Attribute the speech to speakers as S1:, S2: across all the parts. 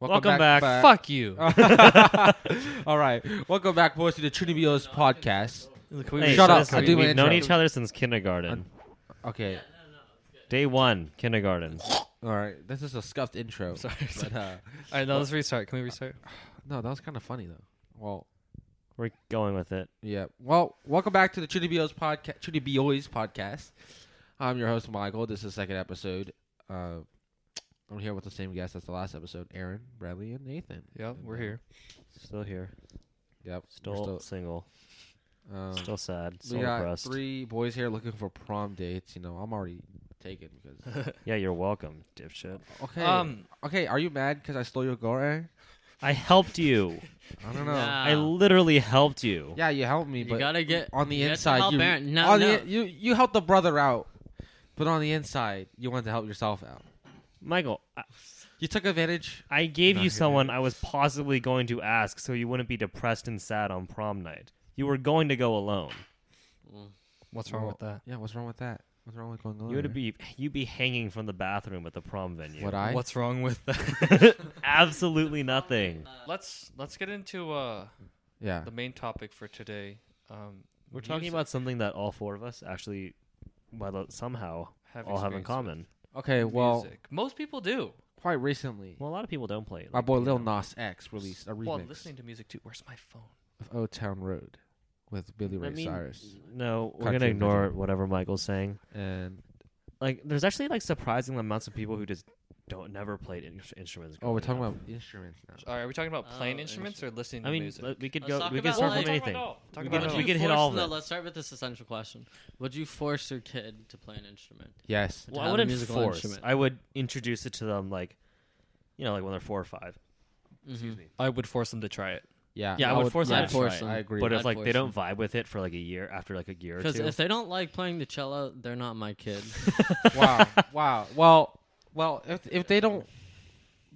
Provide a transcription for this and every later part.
S1: Welcome back.
S2: Fuck you.
S1: All right. Welcome back, boys, to the Trinibios podcast.
S3: Can we
S1: Hey,
S3: shut
S1: so
S3: up.
S1: listen,
S3: I do my
S1: we've
S3: intro.
S1: known
S3: known each other since kindergarten.
S1: Okay.
S3: Day one, kindergarten.
S1: All right. This is a scuffed intro.
S2: Sorry,
S1: But,
S2: sorry.
S1: uh,
S2: All right, now let's restart. Can we restart?
S1: no, that was kind of funny, though. Well,
S3: We're going with it.
S1: yeah. Well, welcome back to the Trinibios podcast. Trinibios podcast. I'm your host, Michael. This is the second episode. Uh, I'm here with the same guest as the last episode Aaron, Bradley, and Nathan.
S2: Yep, we're here.
S3: Still here.
S1: Yep. we're
S3: Still, single.
S1: um,
S3: Still sad. Still
S1: we got
S3: depressed.
S1: three boys here looking for prom dates. You know, I'm already taken because.
S3: Yeah, you're welcome, dipshit.
S1: Okay.
S2: Um,
S1: okay. Are you mad because I stole your girl, Aaron?
S3: I helped you.
S1: I don't know.
S4: Nah.
S3: I literally helped you.
S1: Uh, Yeah, you helped me,
S4: You
S1: but
S4: gotta get
S1: on the
S4: you have to
S1: inside,
S4: help
S1: you
S4: Aaron. No,
S1: on
S4: no.
S1: The, you you helped the brother out, but on the inside, you wanted to help yourself out.
S3: Michael, I,
S1: You took advantage.
S3: I gave
S1: Not
S3: you
S1: here.
S3: someone I was possibly going to ask so you wouldn't be depressed and sad on prom night. You were going to go alone.
S2: what's wrong with that?
S1: Yeah, what's wrong with that? What's wrong with going on?
S3: You would
S1: there?
S3: be you'd be hanging from the bathroom at the prom venue.
S1: Would I?
S2: What's wrong with that?
S3: Absolutely nothing.
S2: let's let's get into uh,
S1: yeah.
S2: the main topic for today. Um,
S3: We're talking
S2: music.
S3: about something that all four of us actually, well, uh, somehow
S2: Have
S3: all have in
S2: experience
S3: common.
S1: Okay. Well,
S2: music. most people do.
S1: quite recently,
S3: Well, a lot of people don't play. it.
S1: my boy
S3: you
S1: Lil
S3: know.
S1: Nas X released a remix
S2: While listening to music too. Where's my phone?
S1: of "O Town Road" with Billy Ray
S3: I mean,
S1: Cyrus,
S3: No,
S1: Country
S3: we're gonna
S1: and
S3: ignore whatever Michael's saying.
S1: and
S3: Like, there's actually like surprising amounts of people who just don't never played in- instruments.
S1: oh, we're
S3: growing
S1: talking
S3: up.
S1: about instruments now.
S2: All right, are we talking about playing
S4: Oh,
S2: instruments or listening
S3: I
S2: to
S3: mean,
S2: music?
S3: let- we could
S4: Let's
S3: go.
S4: talk
S3: We could
S4: about,
S3: start
S4: like-
S3: from anything.
S2: Talk
S3: We
S2: about
S3: could-
S2: it all.
S3: we could hit
S4: force
S3: all of
S4: the-
S3: it.
S4: Let's start with this essential question. Would you force your kid to play an instrument?
S1: Yes.
S4: to
S3: Well, I
S4: have a
S3: wouldn't
S4: musical
S3: force.
S4: instrument?
S3: I would introduce it to them, like, you know, like when they're four or five.
S4: Excuse
S3: me.
S2: I would force them to try it.
S1: Mm-hmm. Yeah.
S3: Yeah, I would force
S1: yeah,
S3: them to
S4: force
S1: I
S4: them.
S1: agree.
S3: But
S4: I'd
S3: if like they
S4: force
S3: don't vibe with it for like a year, after like a year or
S4: Because
S3: two,
S4: if they don't like playing the cello, they're not my kid.
S1: wow, wow. Well, well, if if they don't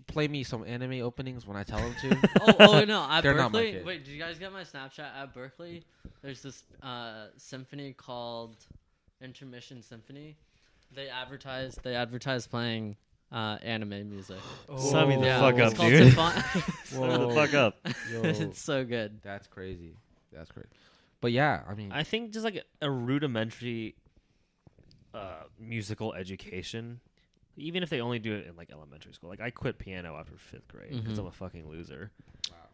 S1: play me some anime openings when I tell them to,
S4: oh, oh no! At
S1: They're not my
S4: Berkeley,
S1: kid.
S4: wait, did you guys get my Snapchat? At Berkeley, there's this uh, symphony called Intermission Symphony. They advertise. They advertise playing uh, anime music.
S3: sign me the
S4: Yeah,
S3: fuck
S4: it's
S3: up,
S4: called
S3: dude.
S4: Symphon-
S3: Shut the fuck up.
S1: Yo,
S4: it's so good.
S1: that's crazy. That's crazy. But yeah, I mean,
S3: I think just like a rudimentary uh, musical education, even if they only do it in like elementary school. Like I quit piano after fifth grade because
S4: Mhm.
S3: I'm a fucking loser.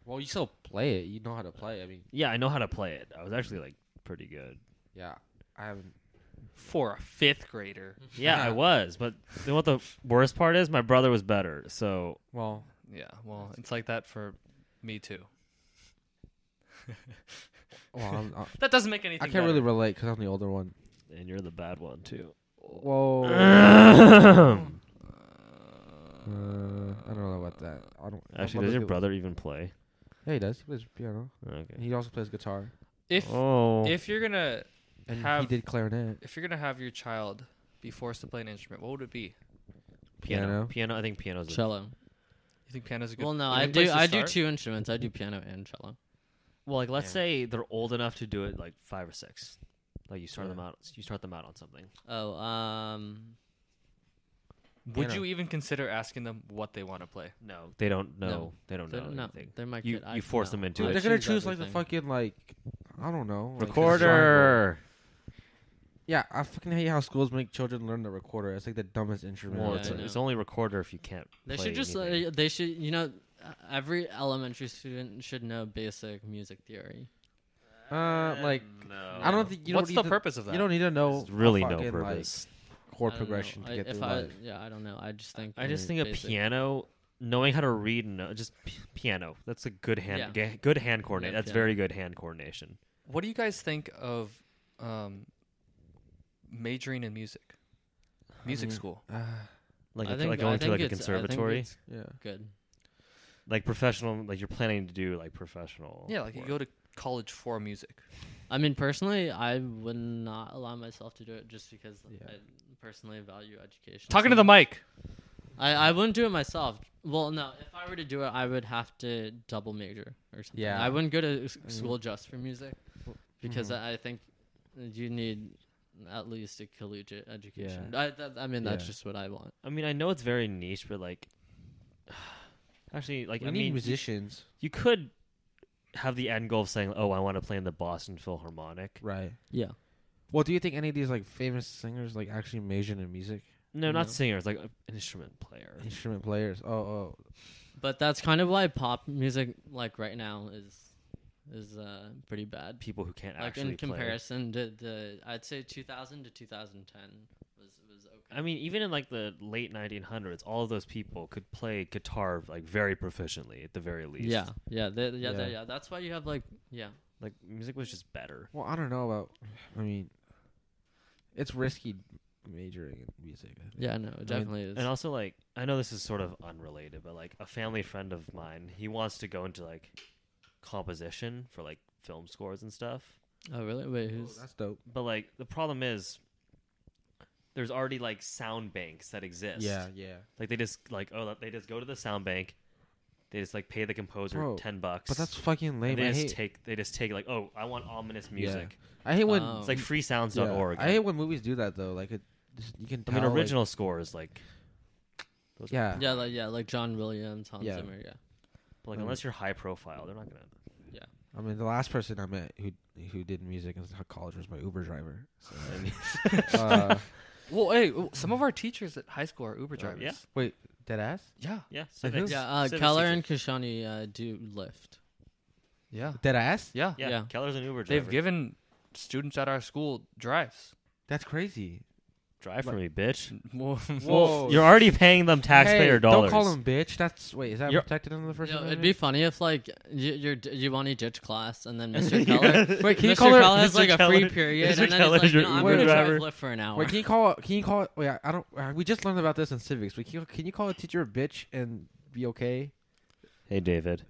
S1: well, you still play it. You know how to play. I mean,
S3: Yeah, I know how to play it. I was actually like pretty good.
S1: yeah, I haven't.
S2: For a fifth grader.
S3: Yeah, I
S1: Yeah.
S3: was. But you know what the worst part is? My brother was better. So
S1: Well,
S2: Yeah, well, it's like that for me too.
S1: well, I'm, I,
S2: That doesn't make anything.
S1: I can't really
S2: better.
S1: relate because I'm the older one.
S3: and you're the bad one too.
S1: Whoa.
S3: actually,
S1: Uh, I don't know about that. I don't. my
S3: does
S1: brother's
S3: your
S1: good-
S3: brother even play?
S1: Yeah, he does. He plays piano.
S3: Okay.
S1: He also plays guitar,
S2: If
S3: oh,
S2: if you're gonna
S1: and he
S2: Have-
S1: did clarinet.
S2: if you're gonna have your child be forced to play an instrument, what would it be?
S3: piano,
S1: piano.
S3: piano. I think piano's the
S4: Cello.
S2: You think piano's a good?
S4: Well, no,
S2: a good place
S4: I do.
S2: to
S4: I do
S2: start?
S4: two instruments. I do piano and cello.
S3: Well, like let's
S1: Yeah.
S3: say they're old enough to do it, like five or six. Like you start
S1: Yeah.
S3: them out. You start them out on something.
S4: Oh, um,
S2: Would
S1: Piano.
S2: you even consider asking them what they want to play?
S3: No, they don't know.
S4: No.
S3: They don't
S4: they're,
S3: know
S4: no,
S3: anything.
S4: they're my
S3: You-
S4: kid. I-
S3: you force
S4: no.
S3: them into
S1: Dude,
S3: it.
S1: they're gonna choose like the
S4: everything.
S1: fucking like I don't know like,
S3: Recorder.
S1: Yeah, I fucking hate how schools make children learn the recorder. It's like the dumbest instrument.
S3: Well,
S4: Yeah,
S3: it's,
S4: I know.
S3: it's only recorder if you can't.
S4: They
S3: play
S4: should just.
S3: anything.
S4: Uh, they should. You know, uh, every elementary student should know basic music theory.
S1: uh, like
S3: no.
S1: I don't think you
S2: What's
S1: don't
S2: the
S1: need
S2: purpose of
S1: To,
S2: that?
S1: you don't need to know.
S3: There's really
S1: a
S3: no
S1: fucking,
S3: purpose.
S1: Like, chord
S4: I don't know.
S1: progression
S4: I-
S1: to get
S4: if
S1: through
S4: I,
S1: life.
S4: Yeah, I don't know. I just think.
S3: I just think
S4: basic-
S3: a piano, knowing how to read, no, just p- piano. That's a good hand. ga- Good hand coordination. That's
S4: piano.
S3: very good hand coordination.
S2: What do you guys think of um, majoring in music? Music
S1: mean-
S2: school.
S1: Ah,
S3: Like,
S4: I
S3: a-
S4: think-
S3: like
S4: I
S3: going to
S4: think
S3: like a
S4: it's- I think
S3: conservatory,
S4: it's
S1: yeah.
S4: Good.
S3: like professional. Like you're planning to do like professional.
S2: Yeah, like you
S3: work.
S2: go to college for music.
S4: I mean, personally, I would not allow myself to do it just because
S1: Yeah.
S4: I personally value education.
S2: Talking to
S4: so
S2: the mic.
S4: I, I wouldn't do it myself. Well, no, if I were to do it, I would have to double major or something.
S1: Yeah.
S4: I wouldn't go to s-
S1: mean-
S4: school just for music because I I think you need at least a collegiate education. I, that, I mean, that's
S1: Yeah.
S4: just what I want.
S3: I mean, I know it's very niche, but like, Actually, like
S1: we
S3: I
S1: need
S3: mean, you,
S1: musicians,
S3: you could have the end goal of saying, "Oh, I want to play in the Boston Philharmonic."
S1: right?
S4: Yeah.
S1: Well, do you think any of these like famous singers like actually majored in music,
S3: No, not
S4: No.
S3: singers, like an instrument player.
S1: instrument players? Oh, oh,
S4: But that's kind of why pop music, like right now, is is uh, pretty bad.
S3: People who can't
S4: Like
S3: actually
S4: in
S3: play.
S4: comparison to the, I'd say 2000 to 2010 was was okay.
S3: I mean, even in like the late 1900s, all of those people could play guitar like very proficiently at the very least.
S4: yeah, yeah, they, yeah,
S1: Yeah.
S4: They, yeah. That's why you have like, yeah,
S3: like music was just better.
S1: well, I don't know about. I mean, it's risky majoring in music. I think.
S4: yeah. No, it definitely is.
S3: And also, like, I know this is sort of unrelated, but like a family friend of mine, he wants to go into like composition for like film scores and stuff.
S4: oh really? Wait,
S1: Oh,
S4: who's?
S1: that's dope.
S3: But like, the problem is there's already like sound banks that exist.
S1: Yeah, yeah.
S3: Like, they just, like, oh, they just go to the sound bank. They just like pay the composer
S1: Bro,
S3: 10 bucks.
S1: But that's fucking
S3: and
S1: lame.
S3: they
S1: I
S3: just
S1: hate,
S3: take they just take like oh I want ominous music.
S1: I hate when
S4: Oh.
S3: It's like
S1: yeah,
S3: freesounds.org.
S1: I hate when movies do that though. Like it, you can.
S3: I
S1: Tell,
S3: mean
S1: like-
S3: original scores like those are
S1: yeah.
S4: Yeah, like yeah, like John Williams, Hans
S1: Yeah.
S4: Zimmer. Yeah,
S3: But, like
S1: Mm.
S3: unless you're high profile, they're not gonna.
S1: I mean, the last person I met who who did music in college was my Uber driver. So,
S3: I mean,
S1: uh,
S2: Well, hey, w- some of our teachers at high school are Uber
S3: Uh,
S2: drivers.
S3: yeah.
S1: wait, dead ass?
S2: yeah,
S3: yeah, so
S1: who?
S3: that's-
S4: yeah. Uh,
S3: so that's
S4: Keller
S3: easy.
S4: and Kashani uh, do Lyft.
S2: yeah,
S1: Dead ass?
S2: yeah.
S3: yeah,
S4: yeah.
S3: Keller's an Uber driver.
S2: They've given students at our school drives.
S1: That's crazy.
S3: drive for me, bitch.
S2: Whoa.
S1: Whoa.
S3: You're already paying them taxpayer
S1: Hey,
S3: dollars.
S1: Don't call him bitch. That's wait. Is that
S3: You're-
S1: protected under the first?
S4: Yo, it'd be
S1: Amendment?
S4: funny if like you you're, d- you want to ditch class and then Mr. Keller,
S1: Wait, can you
S4: Mr.
S1: call her-
S4: Keller has
S3: Mr.
S4: like a free
S3: Keller- Mr.
S4: period, and then
S3: Keller
S4: he's like,
S3: is your
S4: no, I'm
S1: Uber
S4: gonna
S3: driver.
S4: drive Lyft for an hour.
S1: Wait, can you call? Can you call? Wait, I- I don't. uh, We just learned about this in civics. We can, can you call a teacher a bitch and be okay?
S3: Hey, David.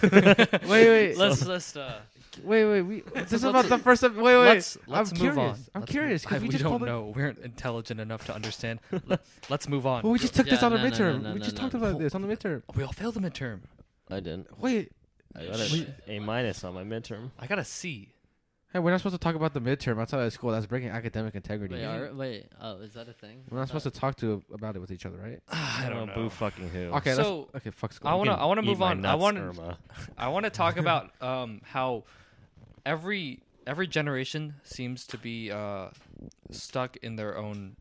S1: Wait, wait,
S2: let's let's uh,
S1: wait, wait. We, this is
S2: let's-
S1: about the first. Wait, wait.
S2: let's let's
S1: I'm
S2: move
S1: curious.
S2: on.
S1: I'm
S2: Let's
S1: curious
S2: move-
S1: 'cause
S2: I-
S1: we
S2: we,
S1: just
S2: don't
S1: called it-
S2: know. We're intelligent enough to understand. Let, us move on.
S1: Well, we just took this
S4: Yeah,
S1: on the
S4: no, no,
S1: midterm.
S4: no, no,
S1: we
S4: no,
S1: just
S4: no.
S1: talked about this on the midterm.
S2: we all failed the midterm.
S3: I didn't.
S1: Wait,
S3: I
S4: got a- We-
S3: a minus on my midterm.
S2: I got a C.
S1: hey, we're not supposed to talk about the midterm outside of school. That's breaking academic integrity.
S4: wait, are, wait, oh, is that a thing?
S1: We're not supposed to talk to about it with each other, right?
S2: I don't know.
S3: Boo fucking who.
S1: Okay, that's-
S2: So,
S1: okay. Fuck school.
S2: I want to. I want to
S3: Eat
S2: move
S3: my
S2: on. I
S3: nuts,
S2: want to.
S3: Irma.
S2: I want to talk about um, how every every generation seems to be uh, stuck in their own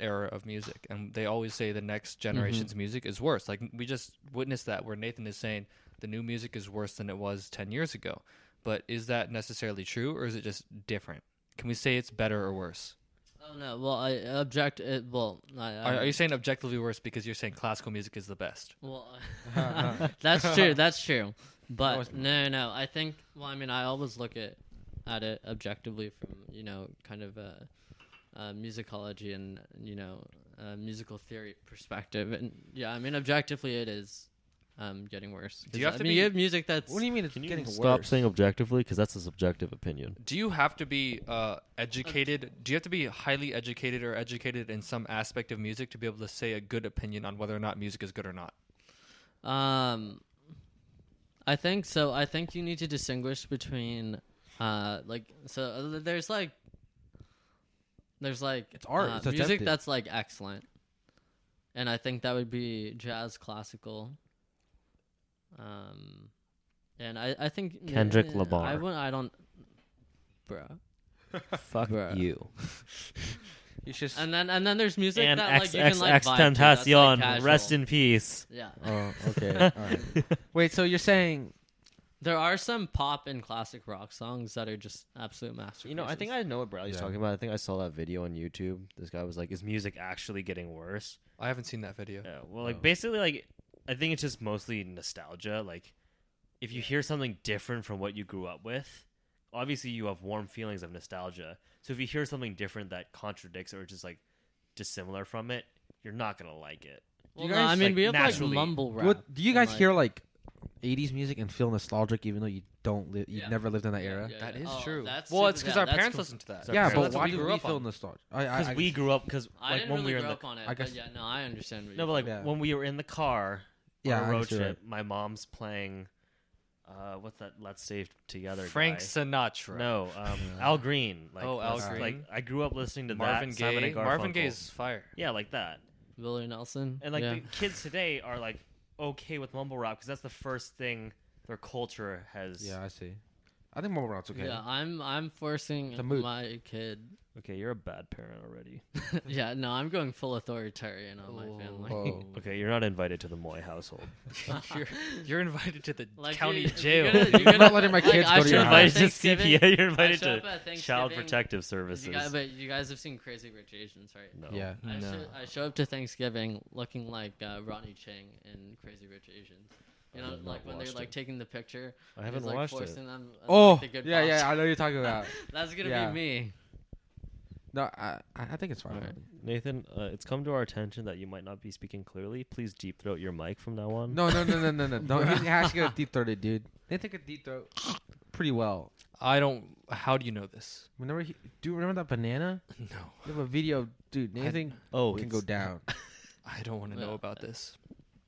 S2: era of music, and they always say the next generation's music is worse. Like we just witnessed that, where Nathan is saying the new music is worse than it was ten years ago. But is that necessarily true, or is it just different? Can we say it's better or worse?
S4: Oh no, well I object. It, well, I, I,
S2: Are, are you saying objectively worse because you're saying classical music is the best?
S4: Well, that's true. That's true.
S1: No,
S4: But
S1: it's
S4: no, no, I think. Well, I mean, I always look at at it objectively from you know kind of a, uh musicology and you know uh musical theory perspective. And yeah, I mean, objectively, it is um, getting worse. 'Cause,
S2: you have
S4: I
S2: to
S4: mean,
S2: be-
S4: you have music that's
S1: What do you mean it's
S3: Can you
S1: getting
S3: stop
S1: worse?
S3: saying objectively? Because that's a subjective opinion.
S2: Do you have to be uh, educated? Do you have to be highly educated or educated in some aspect of music to be able to say a good opinion on whether or not music is good or not?
S4: Um, I think so. I think you need to distinguish between, uh, like so. uh, There's like, there's like
S1: It's art,
S4: uh,
S1: it's
S4: music
S1: subjective.
S4: that's like excellent, and I think that would be jazz, classical. Um, and I I think
S3: Kendrick
S4: uh, I
S3: Lamar.
S4: wouldn't. I don't. Bruh.
S3: Fuck
S4: Bruh.
S3: you.
S1: It's just
S4: And then and then there's music
S3: And
S4: that
S3: X
S4: like you
S3: X
S4: can like
S3: X
S4: vibe to, that's, like,
S3: Tentacion,
S4: casual.
S3: rest in peace.
S4: Yeah.
S1: Oh, okay. All right. Wait, so you're saying
S4: There are some pop and classic rock songs that are just absolute masterpieces.
S3: You know, I think I know what Bradley's
S1: Yeah.
S3: talking about. I think I saw that video on YouTube. This guy was like, "Is music actually getting worse?"
S2: I haven't seen that video.
S3: Yeah. Well, like
S1: Oh.
S3: basically, like I think it's just mostly nostalgia. Like, if you hear something different from what you grew up with, obviously you have warm feelings of nostalgia. So if you hear something different that contradicts or just like dissimilar from it, you're not gonna like it.
S4: Well,
S1: You
S4: no, I
S1: guys,
S4: mean,
S3: like,
S4: we have
S3: naturally-
S4: like mumble rap.
S1: What, do you
S4: and,
S1: guys hear like '80s music and feel nostalgic, even though you don't live, you
S4: Yeah.
S1: never lived in that era?
S4: Yeah,
S2: That
S4: yeah.
S2: is
S4: Oh,
S2: true.
S4: that's
S2: well,
S4: super-
S2: it's because
S4: yeah,
S2: our
S4: that's
S2: parents
S4: cool.
S2: listen to that.
S3: So
S1: Yeah,
S3: parents-
S1: but
S2: That's what
S1: why
S2: we
S1: do
S2: grew
S1: we
S2: up
S1: feel
S2: on.
S1: nostalgic? I, I,
S3: Because
S1: I-
S3: we grew up. Because
S4: I
S3: like
S4: didn't
S3: when
S4: really
S3: we were in
S4: grow
S3: the
S4: up on it.
S1: I
S4: but
S1: guess-
S4: yeah, no, I understand. What
S3: no,
S4: you're
S3: but like
S1: Yeah.
S3: when we were in the car
S1: Yeah,
S3: on
S1: I
S3: a road
S1: guess you're
S3: trip, my mom's playing. Uh, what's that? Let's save together.
S2: Frank
S3: guy.
S2: Sinatra.
S3: No, um, Al Green. Like,
S2: Oh, Al
S3: that's-
S1: Green.
S3: Like I grew up listening to
S2: Marvin
S3: that.
S2: Gaye.
S3: Simon and
S2: Marvin
S3: Garfunkel.
S2: Gaye's fire.
S3: Yeah, like that.
S4: Willie Nelson.
S3: And like
S4: yeah.
S3: the kids today are like okay with mumble rap because that's the first thing their culture has.
S1: Yeah, I see. I think mumble rap's okay.
S4: Yeah, I'm I'm forcing
S1: The mood.
S4: my kid.
S3: Okay, you're a bad parent already.
S4: yeah, no, I'm going full authoritarian on my family.
S1: Whoa.
S3: Okay, you're not invited to the Moy household.
S2: you're, you're invited to the
S4: Like,
S2: county
S4: you- you
S2: jail.
S4: gotta- you
S1: I'm not
S4: gotta-
S1: letting my
S4: like,
S1: kids
S4: I
S1: go to
S4: show
S1: your
S3: You're
S4: up at
S1: house.
S3: invited to
S4: Thanksgiving-
S3: CPA. You're
S4: I
S3: invited
S4: show up
S3: to
S4: at
S3: Child
S4: Thanksgiving.
S3: Protective
S4: You guys,
S3: Services.
S4: but you guys have seen Crazy Rich Asians, right?
S3: No.
S1: Yeah.
S4: I,
S2: No.
S4: show, I show up to Thanksgiving looking like uh, Ronnie Chang in Crazy Rich Asians. You
S3: I
S4: know,
S3: have
S4: like
S3: not
S4: when they're
S3: watched
S4: like
S3: it.
S4: taking the picture.
S3: I
S4: he's,
S3: haven't
S4: like,
S3: watched it.
S4: forcing Them, uh, like,
S1: Oh,
S4: the good
S1: yeah,
S4: posture.
S1: yeah. I know what you're talking about.
S4: That's gonna
S1: Yeah.
S4: be me.
S1: No, I, I I think it's fine.
S4: Alright.
S3: Nathan, uh, it's come to our attention that you might not be speaking clearly. Please deep throat your mic from now on.
S1: No, no, no, no, no, no. Don't he has to get a deep throated, dude. They take a deep throat pretty well.
S2: I don't. How do you know this?
S1: Whenever he, do you remember that banana?
S2: No,
S1: You have a video, dude. Nathan
S3: Oh,
S1: can
S3: it's-
S1: go down.
S2: I don't want to know
S4: Yeah.
S2: about this.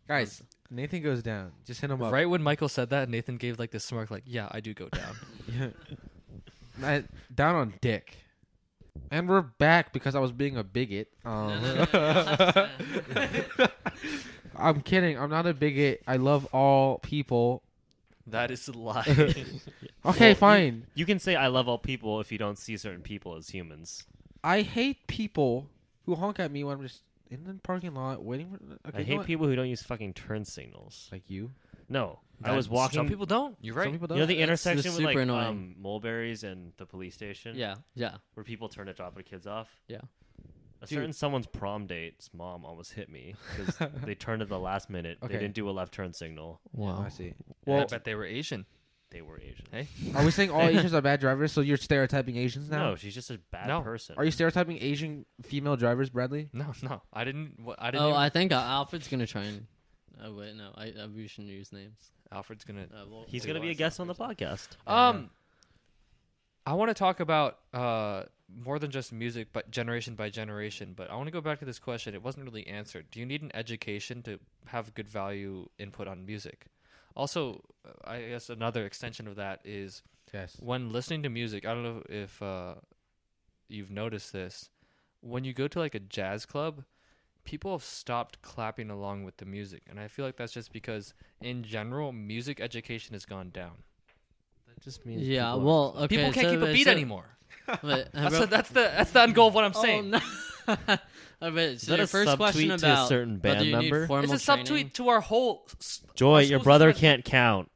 S1: Guys, Nathan goes down. Just hit him up.
S2: Right when Michael said that, Nathan gave like this smirk, like, "Yeah, I do go down."
S1: I- down on dick. And we're back because I was being a bigot.
S4: No,
S1: Um,
S4: no, no, no.
S1: I'm kidding. I'm not a bigot. I love all people.
S2: that is a lie.
S1: Okay,
S3: Well,
S1: fine.
S3: You can say I love all people if you don't see certain people as humans.
S1: I hate people who honk at me when I'm just in the parking lot waiting for. Okay,
S3: I
S1: you know
S3: hate
S1: what?
S3: people who don't use fucking turn signals.
S1: like you.
S3: No, I
S2: That-
S3: was walking.
S2: Some people don't. You're right.
S1: Some people
S3: you
S1: don't.
S3: know the
S4: That's- that's
S3: intersection with like
S4: super annoying.
S3: um, Mulberries and the police station.
S4: yeah, yeah.
S3: where people turn to drop their kids off.
S4: Yeah.
S3: A
S1: Dude.
S3: certain someone's prom date's mom almost hit me because they turned at the last minute.
S1: Okay.
S3: They didn't do a left turn signal.
S1: I see.
S2: Well, I
S3: Well-
S2: bet they were Asian.
S3: They were Asian.
S2: Hey,
S1: Are we saying all Asians are bad drivers? So you're stereotyping Asians now?
S3: No, she's just a bad
S2: No.
S3: person.
S1: Are you stereotyping Asian female drivers, Bradley?
S2: no, no, I didn't. wha- I didn't.
S4: Oh,
S2: even-
S4: I think uh, Alfred's gonna try and. Oh wait, no, I, I we shouldn't use names.
S2: Alfred's gonna.
S4: Uh, we'll-
S3: He's
S4: we'll
S3: gonna be a
S4: watch
S3: guest on the
S4: Alfred's-
S3: podcast.
S2: Um, I want to talk about uh more than just music, but generation by generation. But I want to go back to this question. It wasn't really answered. Do you need an education to have good value input on music? Also, uh, I guess another extension of that is
S1: Yes.
S2: when listening to music. I don't know if uh, you've noticed this. When you go to like a jazz club, people have stopped clapping along with the music, and I feel like that's just because, in general, music education has gone down.
S3: That just
S4: Yeah, well, okay.
S2: People can't
S4: so-
S2: keep a
S4: but-
S2: beat
S4: so-
S2: anymore.
S4: but- uh,
S2: That's,
S4: but-
S2: the that's the that's the end goal of what I'm saying.
S4: Oh, no. All right,
S3: Is
S4: so
S3: that
S4: your
S3: a
S4: first question
S3: subtweet
S4: about
S3: to a certain band
S4: whether you
S3: member?
S4: Need formal
S2: It's a subtweet
S4: training-
S2: to our whole. s-
S3: Joy,
S2: our
S3: your
S2: school
S3: brother
S2: system.
S3: can't count.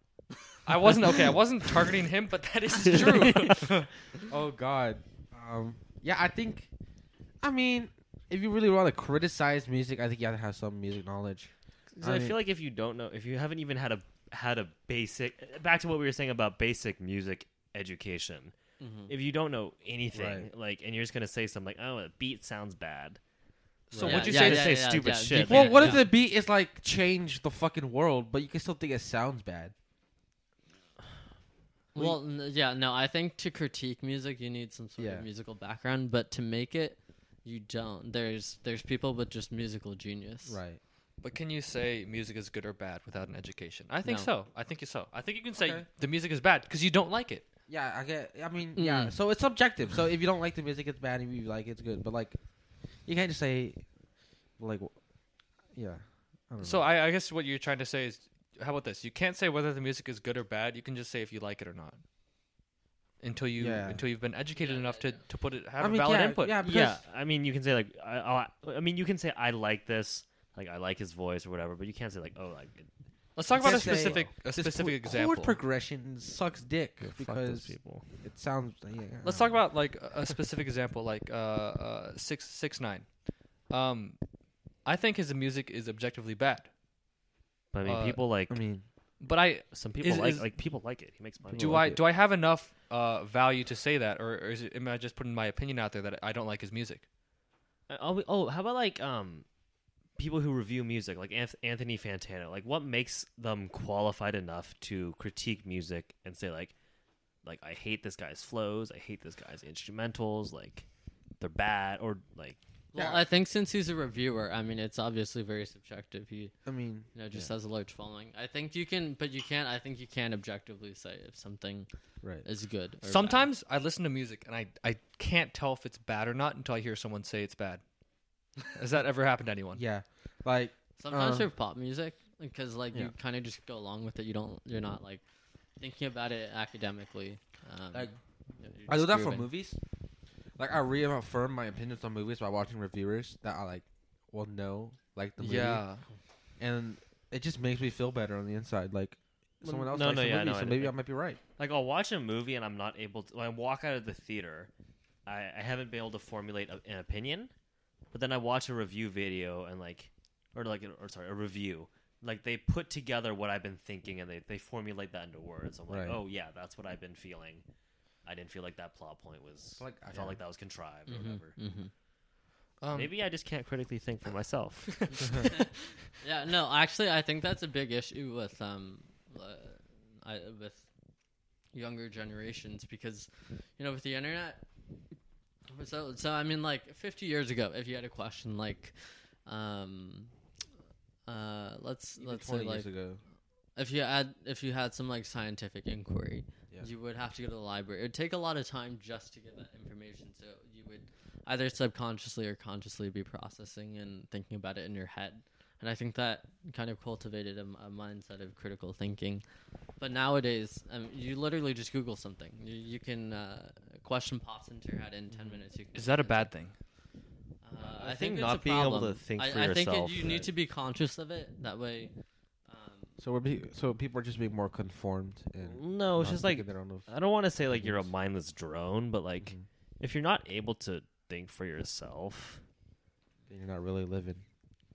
S2: I wasn't okay. I wasn't targeting him, but that is true.
S1: Oh God. Um. Yeah, I think. I mean, if you really want to criticize music, I think you have to have some music knowledge.
S3: 'Cause I,
S1: I mean-
S3: feel like if you don't know, if you haven't even had a had a basic, back to what we were saying about basic music education. If you don't know anything,
S1: Right.
S3: like, and you're just gonna say something, like, oh, a beat sounds bad.
S2: so
S1: Right.
S2: would you
S4: Yeah,
S2: say
S4: yeah,
S2: this?
S3: just say stupid shit.
S1: Well,
S3: Yeah,
S1: what if
S4: yeah.
S1: the beat is like change the fucking world, but you can still think it sounds bad?
S4: Well, n- yeah, no, I think to critique music, you need some sort
S1: Yeah.
S4: of musical background, but to make it, you don't. There's there's people with just musical genius.
S1: Right.
S2: But can you say music is good or bad without an education? I think
S4: No.
S2: so. I think you so. I think you can say
S1: Okay.
S2: the music is bad because you don't like it.
S1: Yeah, I get. I mean,
S4: Mm.
S1: yeah. So it's subjective. So if you don't like the music, it's bad. If you like, it, it's good. But like, you can't just say, like, w- yeah. I don't
S2: So
S1: know.
S2: I, I guess what you're trying to say is, how about this? You can't say whether the music is good or bad. You can just say if you like it or not. Until you
S1: Yeah.
S2: until you've been educated
S4: Yeah,
S2: enough
S4: yeah,
S2: to, to put it have
S1: I
S2: a
S1: mean,
S2: valid
S1: yeah,
S2: input.
S1: Yeah, because
S3: yeah, I mean, you can say like, I, I, I mean, you can say I like this, like I like his voice or whatever, but you can't say like, oh, like
S2: Let's talk about a
S1: Just say-
S2: specific a
S1: this
S2: specific
S1: chord
S2: example.
S1: progression sucks dick because
S3: people.
S1: it sounds. Yeah,
S2: Let's talk about like a- a specific example, like uh, uh, six six nine. Um, I think his music is objectively bad,
S3: But I mean,
S2: uh,
S3: people like
S1: I mean,
S2: but I
S3: some people
S2: is-
S3: like
S2: is-
S3: like people like it. He makes money.
S2: do
S1: like
S2: I
S1: it.
S2: do I have enough uh, value to say that, or, or is it, am I just putting my opinion out there that I don't like his music?
S3: I? Oh, oh, how about like um, people who review music, like Anth- Anthony Fantano. Like, what makes them qualified enough to critique music and say like, like I hate this guy's flows, I hate this guy's instrumentals, like they're bad or like.
S4: Well,
S1: Yeah.
S4: I think since he's a reviewer, I mean, it's obviously very subjective. He
S1: I mean,
S4: you know just has a large following. I think you can, but you can't. I think you can objectively say if something
S1: right.
S4: is good. Or bad.
S2: Sometimes I listen to music and I I can't tell if it's bad or not until I hear someone say it's bad. Has that ever happened to anyone?
S1: Yeah, like
S4: sometimes
S1: uh,
S4: for pop music, because like
S1: Yeah.
S4: you kind of just go along with it. You don't. You're not like thinking about it academically. Um,
S1: Like,
S4: you're
S1: I do
S4: just
S1: that for
S4: grooving.
S1: movies. Like I reaffirm my opinions on movies by watching reviewers that I like will know like the movie.
S2: yeah.
S1: And it just makes me feel better on the inside. Like
S3: Well,
S1: someone else
S3: no,
S1: likes
S3: no,
S1: the
S3: yeah,
S1: movie,
S3: no, I
S1: so
S3: d-
S1: maybe
S3: I-
S1: I might be right.
S3: Like I'll watch a movie and I'm not able to. When I walk out of the theater, I, I haven't been able to formulate a, an opinion. But then I watch a review video and like, or like, or sorry, a review. Like they put together what I've been thinking and they they formulate that into words. I'm like,
S1: Right.
S3: oh yeah, that's what I've been feeling. I didn't feel like that plot point was.
S1: Like,
S3: I felt
S1: yeah. Mm-hmm.
S3: like that was contrived or
S4: Mhm,
S3: whatever.
S4: mhm.
S2: Um,
S3: Maybe I just can't critically think for myself.
S4: Yeah. No, actually, I think that's a big issue with um, uh, I, with younger generations because, you know, with the internet. So so I mean, like 50 years ago, if you had a question like, um, uh, let's
S1: Even
S4: let's say
S1: 20
S4: like
S1: years ago.
S4: if you had if you had some like scientific inquiry
S1: Yeah.
S4: you would have to go to the library it would take a lot of time just to get that information so you would either subconsciously or consciously be processing and thinking about it in your head and i think that kind of cultivated a, m- a mindset of critical thinking but nowadays um, you literally just google something you, you can uh, a question pops into your head in 10 minutes you can
S2: is that a
S4: answer.
S2: bad thing?
S4: Uh,
S3: I
S4: I
S3: think
S4: think, it's
S3: not
S4: a
S3: being able
S4: problem.
S3: to think
S4: I,
S3: for
S4: I
S3: yourself,
S4: think it, you
S3: right.
S4: need to be conscious of it. That way, um,
S1: So we're be- so people are just being more conformed and
S3: no, it's
S1: not
S3: just like
S1: thinking their own of-
S3: I don't want to say like you're a
S1: Mhm.
S3: mindless drone, but like
S1: Mhm.
S3: if you're not able to think for yourself,
S1: then you're not really living.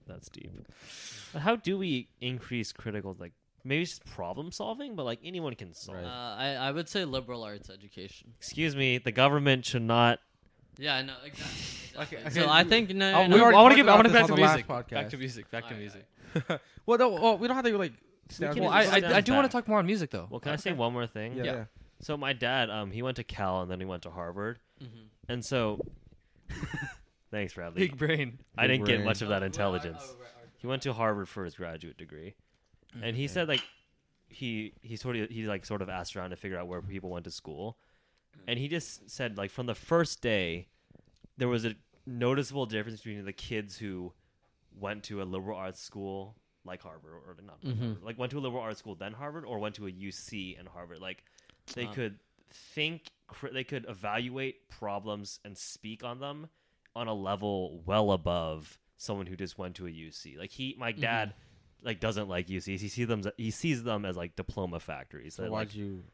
S3: that's deep. But how do we increase critical like maybe it's just problem solving, but like anyone can solve.
S1: Right.
S4: Uh, I, I would say liberal arts education.
S3: Excuse me, the government should not.
S4: Yeah, I know exactly. exactly.
S2: Okay,
S4: So
S2: okay,
S4: I
S2: we-
S4: think no,
S1: Oh,
S4: no,
S1: we
S4: no.
S1: already
S2: I want
S1: talked
S2: to get. I
S1: about
S2: want
S1: this
S2: to back
S1: on
S2: to
S1: the last
S2: music. Back to
S1: podcast.
S2: music. Back to
S4: Alright,
S2: music.
S1: Well, no, well, we don't have to like. Stand
S3: can
S2: Well,
S3: just sit
S2: I, I,
S3: down
S2: I do want
S3: back.
S2: to talk more on music though.
S3: Well, can I say one more thing?
S1: yeah,
S2: Yeah.
S1: yeah.
S3: So my dad, um, he went to Cal and then he went to Harvard,
S4: Mhm.
S3: and so. Thanks, Bradley.
S2: Big brain.
S3: I didn't get
S1: brain.
S3: much of that
S4: Oh,
S3: intelligence.
S4: oh, right, right.
S3: he went to Harvard for his graduate degree, and he said like he he sort of he like sort of asked around to figure out where people went to school, and he just said like from the first day, there was a noticeable difference between the kids who went to a liberal arts school like Harvard or not
S4: Mhm.
S3: Harvard, like went to a liberal arts school then Harvard or went to a UC and Harvard like they
S4: Ah.
S3: could think cri- they could evaluate problems and speak on them on a level well above someone who just went to a UC. Like he,
S2: Mm-hmm.
S3: my dad, like doesn't like UCs. He sees them. He sees them as like diploma factories.
S1: So
S3: They're
S1: why'd
S3: like-
S1: you?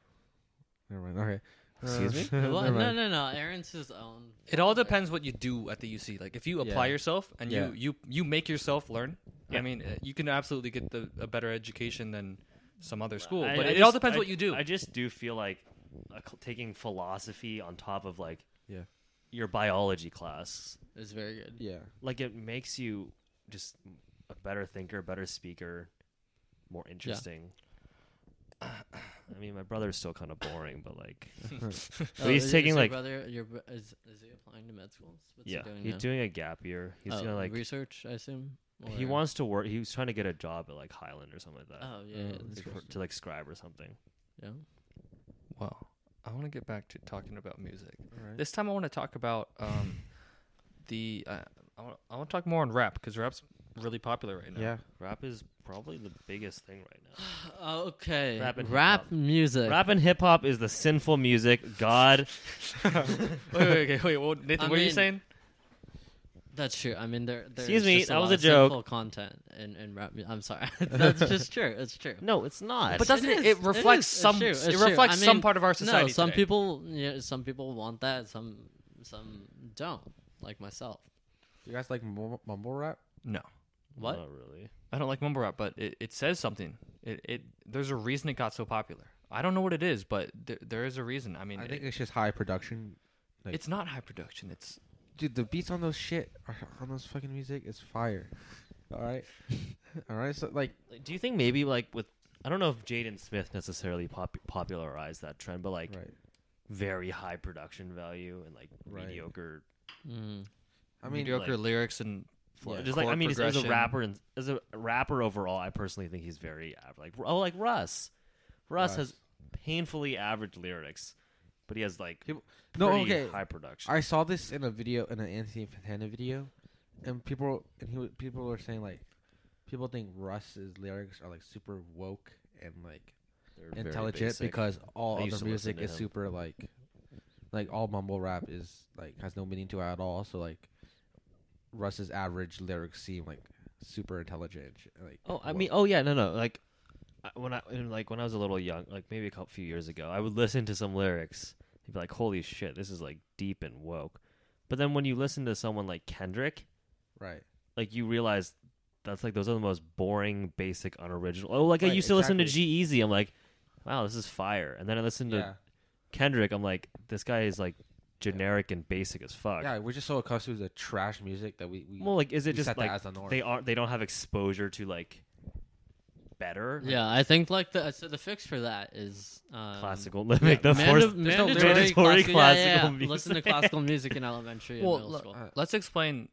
S1: Never mind. Okay.
S3: Excuse me?
S1: Never
S4: Well, no,
S1: mind.
S4: no, no. Aaron's his own.
S2: It all depends what you do at the UC. Like if you apply
S1: Yeah.
S2: yourself and
S1: Yeah.
S2: you you you make yourself learn.
S3: Yeah.
S2: I mean, uh, you can absolutely get the, a better education than some other school,
S3: I-
S2: but
S3: I
S2: it all
S3: just-
S2: depends
S3: I-
S2: what you do.
S3: I just do feel like uh, cl- taking philosophy on top of like
S1: Yeah.
S3: your biology class.
S4: Is very good.
S1: Yeah.
S3: Like it makes you just a better thinker, better speaker, more interesting. I mean, my brother's still kind of boring, but like
S4: Oh,
S3: But he's
S4: is-
S3: taking,
S4: is your
S3: like-
S4: brother. Your br- is is he applying to med schools? What's
S3: yeah,
S4: he doing
S3: he's
S4: now?
S3: doing a gap year. He's
S4: oh,
S3: gonna like
S4: research, I assume.
S3: he
S4: Or-
S3: wants to work. He was trying to get a job at like Highland or something like that,
S4: Oh yeah,
S1: Oh,
S4: yeah,
S1: okay,
S4: that's
S3: Like,
S1: cool.
S4: cool.
S3: for- to Mm. like scribe or something.
S4: yeah.
S2: wow, I want to get back to talking about music.
S1: Alright.
S2: This time I want to talk about um, the uh, I want I want to talk more on rap because rap's really popular right now.
S1: Yeah.
S3: Rap is probably the biggest thing right now.
S4: Oh, Okay,
S3: Rap and
S4: rap
S3: hip-hop.
S4: music.
S3: Rap and hip hop is the sinful music. God,
S2: wait, wait, wait, wait. Well, Nathan,
S4: I
S2: what are you
S4: mean-
S2: saying?
S4: That's true. I mean, there. There's
S3: Excuse me,
S4: just
S3: that was
S4: lot
S3: a
S4: of
S3: joke.
S4: sinful Content and and rap. mu- I'm sorry. that's just true. It's true.
S3: no, it's not.
S2: But doesn't
S4: It
S2: it?
S4: is,
S2: It,
S4: it
S2: reflects
S4: is, it's
S2: some.
S4: true,
S2: It
S4: it's true.
S2: reflects
S4: I
S2: some
S4: mean,
S2: part of our society.
S4: No, some
S2: today.
S4: people, yeah, some people want that. Some, some don't. Like myself.
S1: You guys like mumble, mumble rap?
S2: No,
S4: What?
S3: Not really.
S2: I don't like mumble rap, but it, it says something. It, it there's a reason it got so popular. I don't know what it is, but there, there is a reason. I mean,
S1: I
S2: it-
S1: think it's just high production. like-
S2: it's not high production. It's
S1: Dude, the beats on those shit on those fucking music is fire. All right. All right. So like,
S3: Like, do you think maybe like with I don't know if Jaden Smith necessarily pop- popularized that trend, but like
S1: right.
S3: very high production value and like
S1: Right.
S3: mediocre.
S4: Mm.
S1: I mean,
S2: mediocre
S3: like-
S2: lyrics and
S1: Yeah.
S3: Just like
S2: chord
S3: I mean, just as a
S2: progression.
S3: rapper and as a rapper overall, I personally think he's very average. Like oh, like Russ. Russ has painfully average lyrics, but he has like
S1: People- no.
S3: pretty
S1: Okay.
S3: high production.
S1: I saw this in a video in an Anthony Fantana video, and people and he wa- people were saying like, people think Russ's lyrics are like super woke and like
S5: They're very
S1: intelligent
S5: basic.
S1: because all
S5: I used
S1: other
S5: to listen
S1: music
S5: to
S1: is
S5: him.
S1: super like like all mumble rap is like has no meaning to it at all. So like Russ's average lyrics seem like super intelligent. and shit, Like
S3: Oh, I
S1: woke.
S3: mean, oh yeah, no, no. Like I- when I in, like when I was a little young, like maybe a couple few years ago, I would listen to some lyrics and be like, "Holy shit, this is like deep and woke." But then when you listen to someone like Kendrick,
S1: right?
S3: like you realize that's like those are the most boring, basic, unoriginal. Oh, like I
S1: Right,
S3: used to listen to
S1: exactly.
S3: G Easy, I'm like, "Wow, this is fire." And then I listen to
S1: Yeah,
S3: Kendrick, I'm like, "This guy is like generic and basic as fuck."
S1: yeah. We're just so accustomed to the trash music that we we
S3: Well, like, is it
S1: we
S3: just
S1: set that
S3: like
S1: as the norm.
S3: they aren't? They don't have exposure to like better. like,
S4: Yeah, I think like the so the fix for that is um,
S3: classical like the
S4: manda-
S3: forced
S4: mandatory,
S3: mandatory
S4: classical, yeah, yeah,
S3: classical
S4: yeah. Listen to
S3: music.
S4: classical music in elementary and
S2: Well,
S4: middle
S2: le-
S4: school.
S1: uh,
S2: let's explain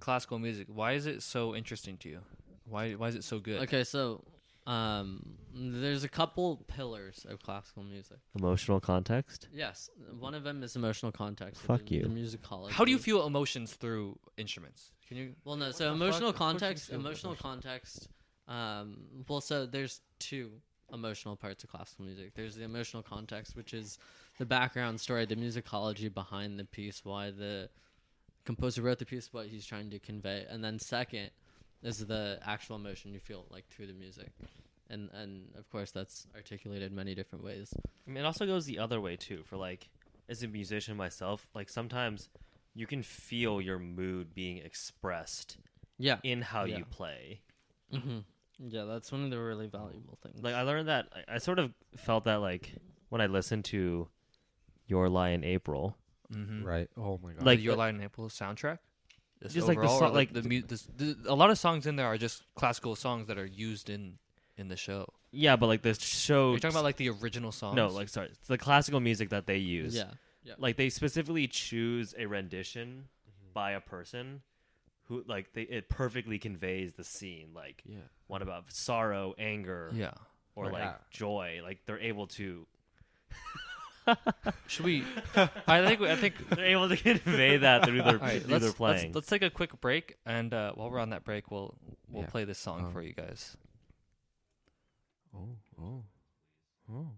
S2: classical music. Why is it so interesting to you? Why why is it so good?
S4: Okay, so um, there's a couple pillars of classical music.
S3: emotional context.
S4: Yes, one of them is emotional context. the-
S3: Fuck you.
S4: The musicology.
S2: How do you feel emotions through instruments? Can you
S4: Well, no. So
S1: the
S4: emotional
S1: fuck? Of course you
S4: context.
S1: feel
S4: Emotional
S1: emotion.
S4: context. Um, well, so there's two emotional parts of classical music. There's the emotional context, which is the background story, the musicology behind the piece, why the composer wrote the piece, what he's trying to convey, and then second is the actual emotion you feel like through the music, and and of course that's articulated many different ways.
S3: I mean, it also goes the other way too. For like, as a musician myself, like sometimes you can feel your mood being expressed
S4: Yeah,
S3: in how
S4: Yeah.
S3: you play.
S4: hmm yeah, that's one of the really valuable things.
S3: Like I learned that I, I sort of felt that like when I listened to Your Lie in April,
S2: mm-hmm.
S1: right? Oh my god!
S2: like
S3: Like
S2: your
S3: the-
S2: Lion April soundtrack?
S3: Just like the
S2: overall, or
S3: song-
S2: like
S3: like
S2: the,
S3: the-
S2: mu- this, the a lot of songs in there are just classical songs that are used in in the show.
S3: yeah, but like the show.
S2: Are you talking about like the original songs?
S3: no, like sorry, the classical music that they use.
S4: yeah,
S3: like they specifically choose a rendition by a person who like they it perfectly conveys the scene like
S1: yeah,
S3: one about sorrow anger
S2: yeah.
S3: or
S1: Right.
S3: like
S1: Yeah.
S3: joy like they're able to
S2: Should we? I think we- I think
S3: they're able to convey that through their
S2: All right,
S3: through
S2: let's,
S3: their
S2: let's-
S3: playing
S2: Let's, take a quick break, and uh, while we're on that break, we'll we'll
S1: Yeah.
S2: play this song
S1: Um,
S2: for you guys.
S1: oh, oh, oh.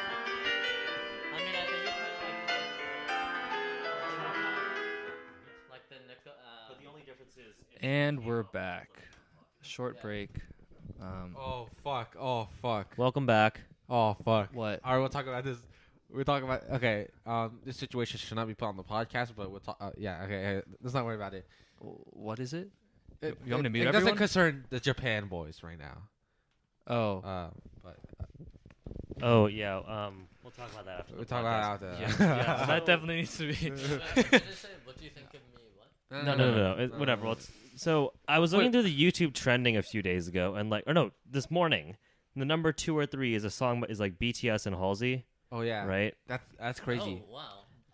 S4: I mean, I think it's kind of like the, like the Nico, uh,
S2: And we're back. Short break. Um,
S1: Oh fuck! Oh fuck!
S3: welcome back
S1: Oh fuck!
S2: What?
S1: All right, we'll talk about this. We're talking about okay. Um, this situation should not be put on the podcast, but we'll talk. Uh, yeah, okay, okay. Let's not worry about it.
S2: What is it?
S1: It,
S2: You want me to
S1: it-
S2: mute
S1: it
S2: everyone?
S1: doesn't concern the Japan boys right now.
S2: Oh,
S1: Uh, but
S3: oh yeah um we'll talk about that after
S1: we'll
S3: the
S1: talk
S3: podcast.
S1: about that.
S3: yeah,
S1: After.
S3: yeah, that
S4: So-
S3: definitely needs to be
S4: what do you think of me? What?
S3: no, no, no, no. It, whatever. Well, it's- so I was looking
S2: Wait.
S3: through the YouTube trending a few days ago, and like, or no, this morning, the number two or three is a song that is like BTS and Halsey,
S1: Oh yeah,
S3: right?
S1: That's that's crazy.
S4: Oh wow,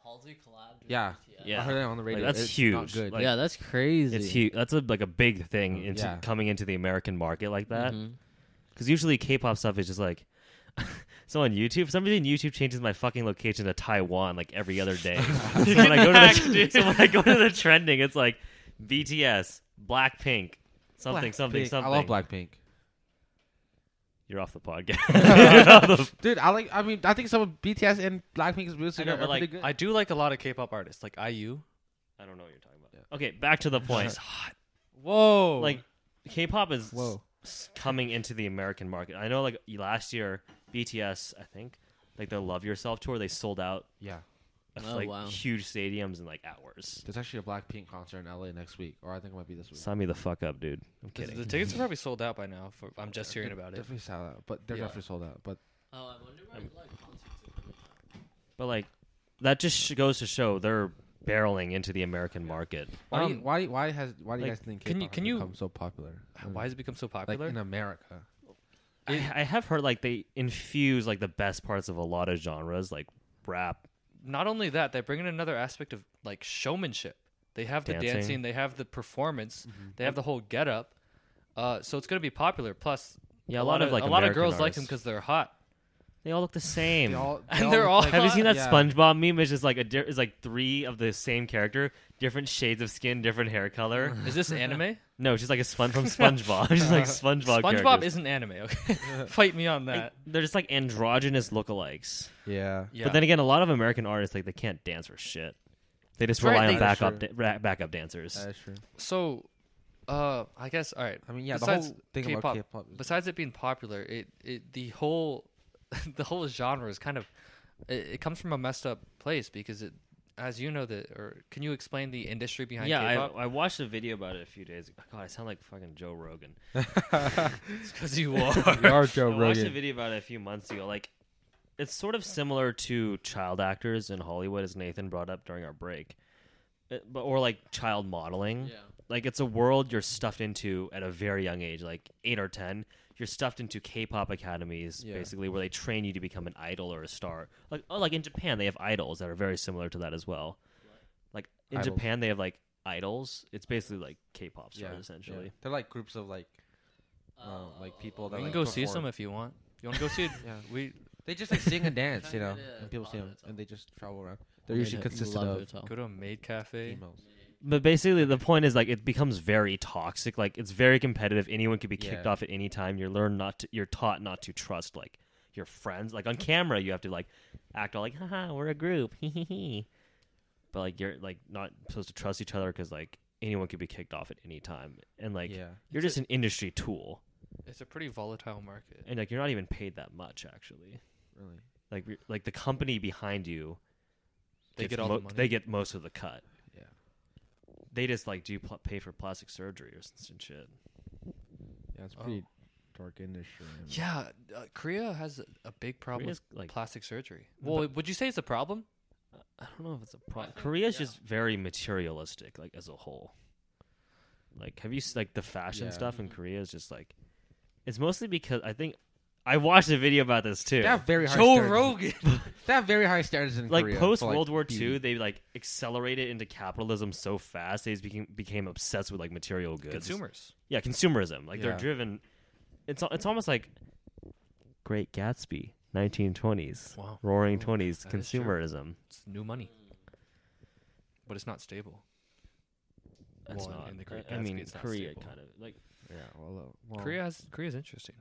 S4: Halsey collabed. With
S1: Yeah.
S4: BTS.
S3: Yeah.
S1: I heard that on the radio.
S3: that's
S1: It's not
S3: huge.
S1: good.
S3: Like-
S4: yeah, that's crazy.
S3: It's huge. That's a, like a big thing
S1: Mm,
S3: into
S1: yeah.
S3: coming into the American market like that.
S1: Mm-hmm.
S4: Mhm.
S3: Because usually K-pop stuff is just like. So on YouTube, for some reason YouTube changes my fucking location to Taiwan like every other day. so, when I go to the, so when I go to the trending, it's like BTS, Blackpink, something, something,
S1: Blackpink.
S3: something.
S1: I love Blackpink,
S3: You're off the podcast.
S1: dude. I like. I mean, I think some of BTS and Blackpink's music
S3: I know,
S1: are,
S3: but,
S1: are pretty
S3: like,
S1: good.
S2: I do like a lot of K-pop artists, like IU.
S3: I don't know what you're talking about. Okay, back to the point.
S2: She's hot.
S1: Whoa,
S3: like K-pop is
S1: whoa.
S3: s- coming into the American market. I know, like last year, BTS, I think, like their Love Yourself tour, they sold out
S1: Yeah.
S3: of,
S4: Oh,
S3: like
S4: wow.
S3: huge stadiums in like hours.
S1: There's actually a Blackpink concert in LA next week, or I think it might be this week.
S3: Sign me the fuck up, dude. I'm
S2: The,
S3: kidding.
S2: the tickets are probably sold out by now. For, I'm just hearing
S1: They're
S2: about it.
S1: Definitely sold out, but they're
S2: Yeah.
S1: definitely sold out. But
S4: Oh, I wonder where like concerts are coming from.
S3: But like, that just sh- goes to show they're barreling into the American market.
S1: why? do
S2: Um,
S1: you, why? Why has? Why do you
S3: like,
S1: guys think
S2: can you-
S1: K-pop
S2: can
S1: has
S2: you-
S1: become so popular?
S3: Mm.
S2: Why has it become so
S1: like
S2: popular?
S1: in America?
S3: I, I have heard like they infuse like the best parts of a lot of genres, like rap.
S2: Not only that, they bring in another aspect of like showmanship. They have the
S3: Dancing. Mm-hmm.
S2: dancing, they have the performance, they have the whole get up. Uh, so it's gonna be popular. Plus,
S3: Yeah, a, lot, of like
S2: a lot of
S3: American
S2: girls like them
S3: artists.
S2: because they're hot.
S3: they all look the same.
S2: And they're all-
S3: Have you seen that
S1: yeah.
S3: SpongeBob meme? It's just like a di- it's like three of the same character, different shades of skin, different hair color.
S2: Is this anime?
S3: No, she's like a sponge from SpongeBob. she's like SpongeBob.
S2: SpongeBob
S3: characters.
S2: isn't anime. Okay, fight me on
S3: Like,
S2: that.
S3: they're just like androgynous lookalikes.
S1: Yeah.
S2: Yeah.
S3: But then again, a lot of American artists like they can't dance for shit. They just
S2: Right,
S3: rely
S2: they-
S3: on backup
S1: Sure. Uh,
S3: da- ra- backup dancers.
S1: That's true.
S2: so, uh, I guess all right.
S1: I mean, yeah,
S2: Besides
S1: the whole thing
S2: K-pop,
S1: about K-pop. Is,
S2: besides it being popular, it, it the whole the whole genre is kind of it, it comes from a messed up place because it as you know that or can you explain the industry behind
S3: yeah,
S2: K-pop?
S3: I, I watched a video about it a few days ago. God, I sound like fucking Joe Rogan.
S2: Because you are.
S1: you are Joe
S3: I watched a
S1: Rogan.
S3: video about it a few months ago. Like, it's sort of similar to child actors in Hollywood, as Nathan brought up during our break, Uh, but or like child
S1: Hmm?
S3: modeling.
S4: Yeah.
S3: Like, it's a world you're stuffed into at a very young age, like eight or ten. You're stuffed into K-pop academies,
S1: Yeah.
S3: basically, where they train you to become an idol or a star. Like, oh, like in Japan, they have idols that are very similar to that as well. Like in
S1: Idols.
S3: Japan, they have like idols. It's basically like K-pop stars,
S1: Yeah,
S3: essentially.
S1: Yeah. They're like groups of like, um,
S4: Oh,
S1: like people that
S2: You can
S1: like,
S2: go see
S1: perform.
S2: some if you want. You want to go see? it?
S1: Yeah.
S2: We
S1: They just like sing and dance, you
S4: Kinda
S1: know,
S4: did a
S1: and people see them,
S4: lot of it,
S1: and
S4: so.
S1: they just travel around. They're usually consistent
S4: love
S1: of
S4: it all.
S2: go to a maid cafe.
S1: females.
S3: But basically, the point is like it becomes very toxic. Like it's very competitive. Anyone could be kicked
S1: Yeah.
S3: off at any time. You're learned not to. You're taught not to trust like your friends. Like on camera, you have to like act all like, haha, we're a group, hee hee hee. But like you're like not supposed to trust each other because like anyone could be kicked off at any time. And like
S1: yeah,
S3: you're
S2: It's
S3: just an industry tool,
S2: It's a pretty volatile market.
S3: and like you're not even paid that much actually.
S1: really.
S3: Like you're- like the company behind you,
S2: They
S3: gets
S2: get all
S3: mo-
S2: the money.
S3: They get most of the cut.
S1: Yeah.
S3: They just like do pl- pay for plastic surgery or some shit.
S1: Yeah, it's
S2: Oh.
S1: pretty dark industry. man.
S2: Yeah, uh, Korea has a, a big problem
S3: Korea's,
S2: with
S3: like-
S2: plastic surgery. Well, would you say it's a problem?
S3: I don't know if it's a
S1: Oh,
S3: problem.
S4: think-
S3: Korea's
S4: yeah.
S3: just very materialistic, like as a whole. Like, have you s- like the fashion
S1: Yeah.
S3: stuff in Korea is just like, it's mostly because I think I watched a video about this too.
S1: They have very high
S2: Joe
S1: standards.
S2: Rogan.
S1: They have very high standards in
S3: like
S1: Korea. for,
S3: post World War
S1: beauty.
S3: II, they like accelerated into capitalism so fast they just became became obsessed with like material goods.
S2: Consumers.
S3: yeah, consumerism. Like
S1: Yeah.
S3: they're driven. It's al- it's almost like Great Gatsby, 1920s,
S2: Wow.
S3: Roaring Twenties,
S2: that is true.
S3: consumerism.
S2: It's new money, but it's not stable.
S3: That's
S2: Well,
S3: not.
S2: in the Great
S3: I- I
S2: Gatsby,
S3: mean,
S2: it's not
S3: Korea
S2: stable.
S3: kind of like.
S1: Yeah, well, uh, well,
S2: Korea's Korea's interesting.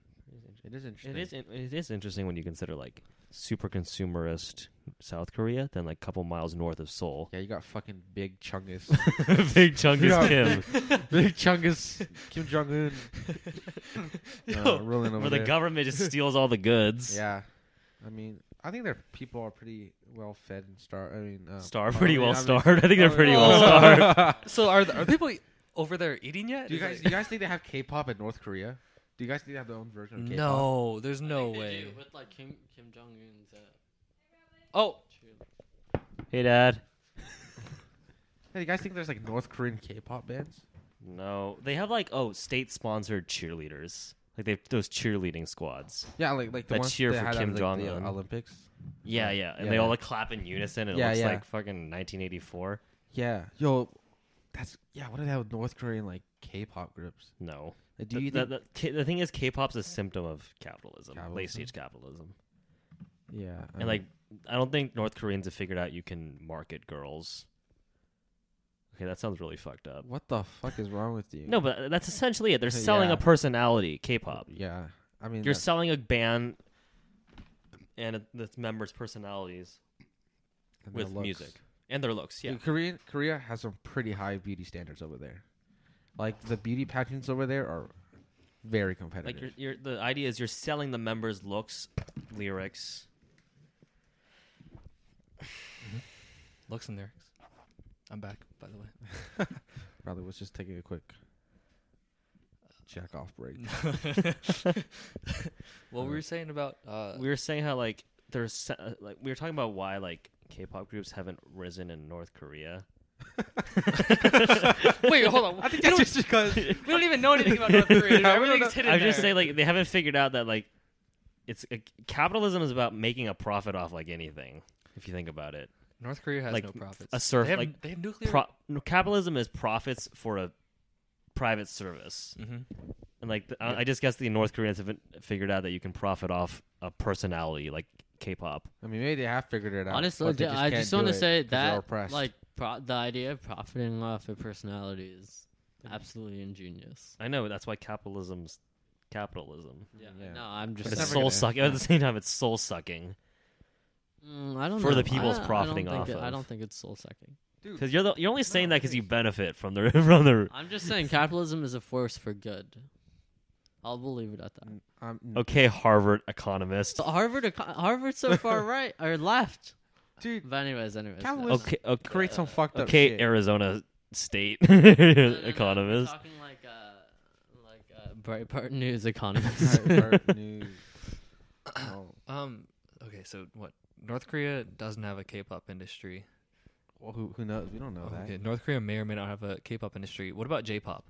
S1: It is interesting.
S3: It is in- it is interesting when you consider like super consumerist South Korea, then like couple miles north of Seoul.
S1: Yeah, you got fucking big Chungus,
S3: Big Chungus
S1: Yeah.
S3: Kim,
S1: big Chungus, Kim Jong Un, uh, ruling over
S3: where the
S1: there.
S3: government just steals all the goods.
S1: Yeah, I mean, I think their people are pretty well fed and star. I mean, uh,
S3: Star pretty
S1: I mean,
S3: well
S1: I mean-
S3: starved. I think they're
S1: Oh,
S3: pretty
S1: yeah.
S3: well starved.
S2: So are the, are people e-, over there eating yet?
S1: do you
S2: Is
S1: guys?
S2: it-
S1: Do you guys think they have K-pop in North Korea? Do you guys think they have their own version of K-pop?
S2: no, there's
S4: I
S2: no
S4: think they
S2: way.
S4: do With like Kim Kim Jong Un's uh,
S2: Oh,
S4: too.
S3: Hey, Dad.
S1: Hey, you guys think there's like North Korean K-pop bands?
S3: No, they have like oh state sponsored cheerleaders. Like they have those cheerleading squads.
S1: Yeah, like like the
S3: That
S1: ones
S3: cheer
S1: they
S3: for
S1: had at,
S3: Kim
S1: like, the,
S3: Jong-un.
S1: uh, Olympics.
S3: Yeah,
S1: Right.
S3: yeah, and
S1: Yeah,
S3: they all
S1: yeah.
S3: like clap in unison. And
S1: Yeah,
S3: it looks
S1: yeah.
S3: like fucking 1984.
S1: Yeah, yo, that's yeah. What do they have with North Korean like K-pop groups?
S3: No,
S1: Like, do
S3: The-
S1: you
S3: the,
S1: think?
S3: the- K- the thing is, K-pop's a symptom of capitalism,
S1: Capitalism?
S3: late stage capitalism.
S1: yeah, I
S3: and
S1: mean,
S3: like, I don't think North Koreans have figured out you can market girls. Okay, that sounds really fucked up.
S1: what the fuck is wrong with you?
S3: No, but that's essentially it. They're selling
S1: Yeah.
S3: a personality, K-pop.
S1: Yeah, I mean,
S3: You're
S1: that-
S3: selling a band and a- its members' personalities
S1: and their
S3: with
S1: looks.
S3: music and their looks. Yeah,
S1: Dude, Korean Korea has some pretty high beauty standards over there. Like the beauty pageants over there are very competitive.
S3: Like you're, you're, the idea is you're selling the members looks, lyrics.
S2: Looks and lyrics. I'm back, by the way.
S1: Probably was just taking a quick jack off break.
S2: what were you saying about uh,
S3: we were saying how like there's se- uh, like we were talking about why like K-pop groups haven't risen in North Korea.
S2: Wait, hold on.
S1: I think that's just because
S2: We don't even know anything about North Korea. dude.
S1: I don't
S2: Everything's
S1: know.
S2: hidden.
S3: I was just
S2: there.
S3: saying like they haven't figured out that like it's uh, capitalism is about making a profit off like anything. If you think about it,
S2: North Korea has
S3: like,
S2: no profits.
S3: a surf-
S2: they have,
S3: like,
S2: they have nuclear.
S3: Pro- no, capitalism is profits for a private service,
S2: hmm
S3: and like the, I I just guess the North Koreans haven't figured out that you can profit off a personality like K-pop.
S1: I mean maybe they have figured it out.
S4: Honestly,
S1: but they
S4: ju- I
S1: can't
S4: just want
S1: do
S4: to
S1: it
S4: say
S1: 'cause they're
S4: that
S1: oppressed.
S4: like pro- the idea of profiting off a personality is absolutely ingenious.
S3: I know that's why capitalism's capitalism.
S4: Yeah,
S1: Yeah.
S4: no, I'm
S1: But
S4: just.
S3: But it's
S1: never
S3: soul
S1: gonna-
S3: sucking. At the same time, it's soul sucking.
S4: Mm, I don't
S3: for the
S4: know.
S3: people's
S4: I- I don't
S3: profiting
S4: think
S3: off
S4: it- I
S3: of.
S4: don't think it's soul sucking.
S3: Because you're the, you're only saying that 'cause that because you benefit from the from the.
S4: I'm just saying capitalism is a force for good. I'll believe it at that.
S1: I'm,
S3: Okay, Harvard economist.
S4: So Harvard, eco- Harvard, so far right or left.
S1: dude,
S4: But anyways, anyways. no.
S1: Capitalism-
S3: Okay, okay,
S1: create some fucked up
S3: okay
S1: shit.
S3: Arizona State
S4: No, no, no, we're
S3: economist.
S4: talking like uh, like uh, Breitbart News economist.
S1: Breitbart News. Oh,
S2: Um. Okay. So what? North Korea doesn't have a K-pop industry.
S1: well, who who knows? We don't know that.
S2: Okay. North Korea may or may not have a K-pop industry. What about J-pop?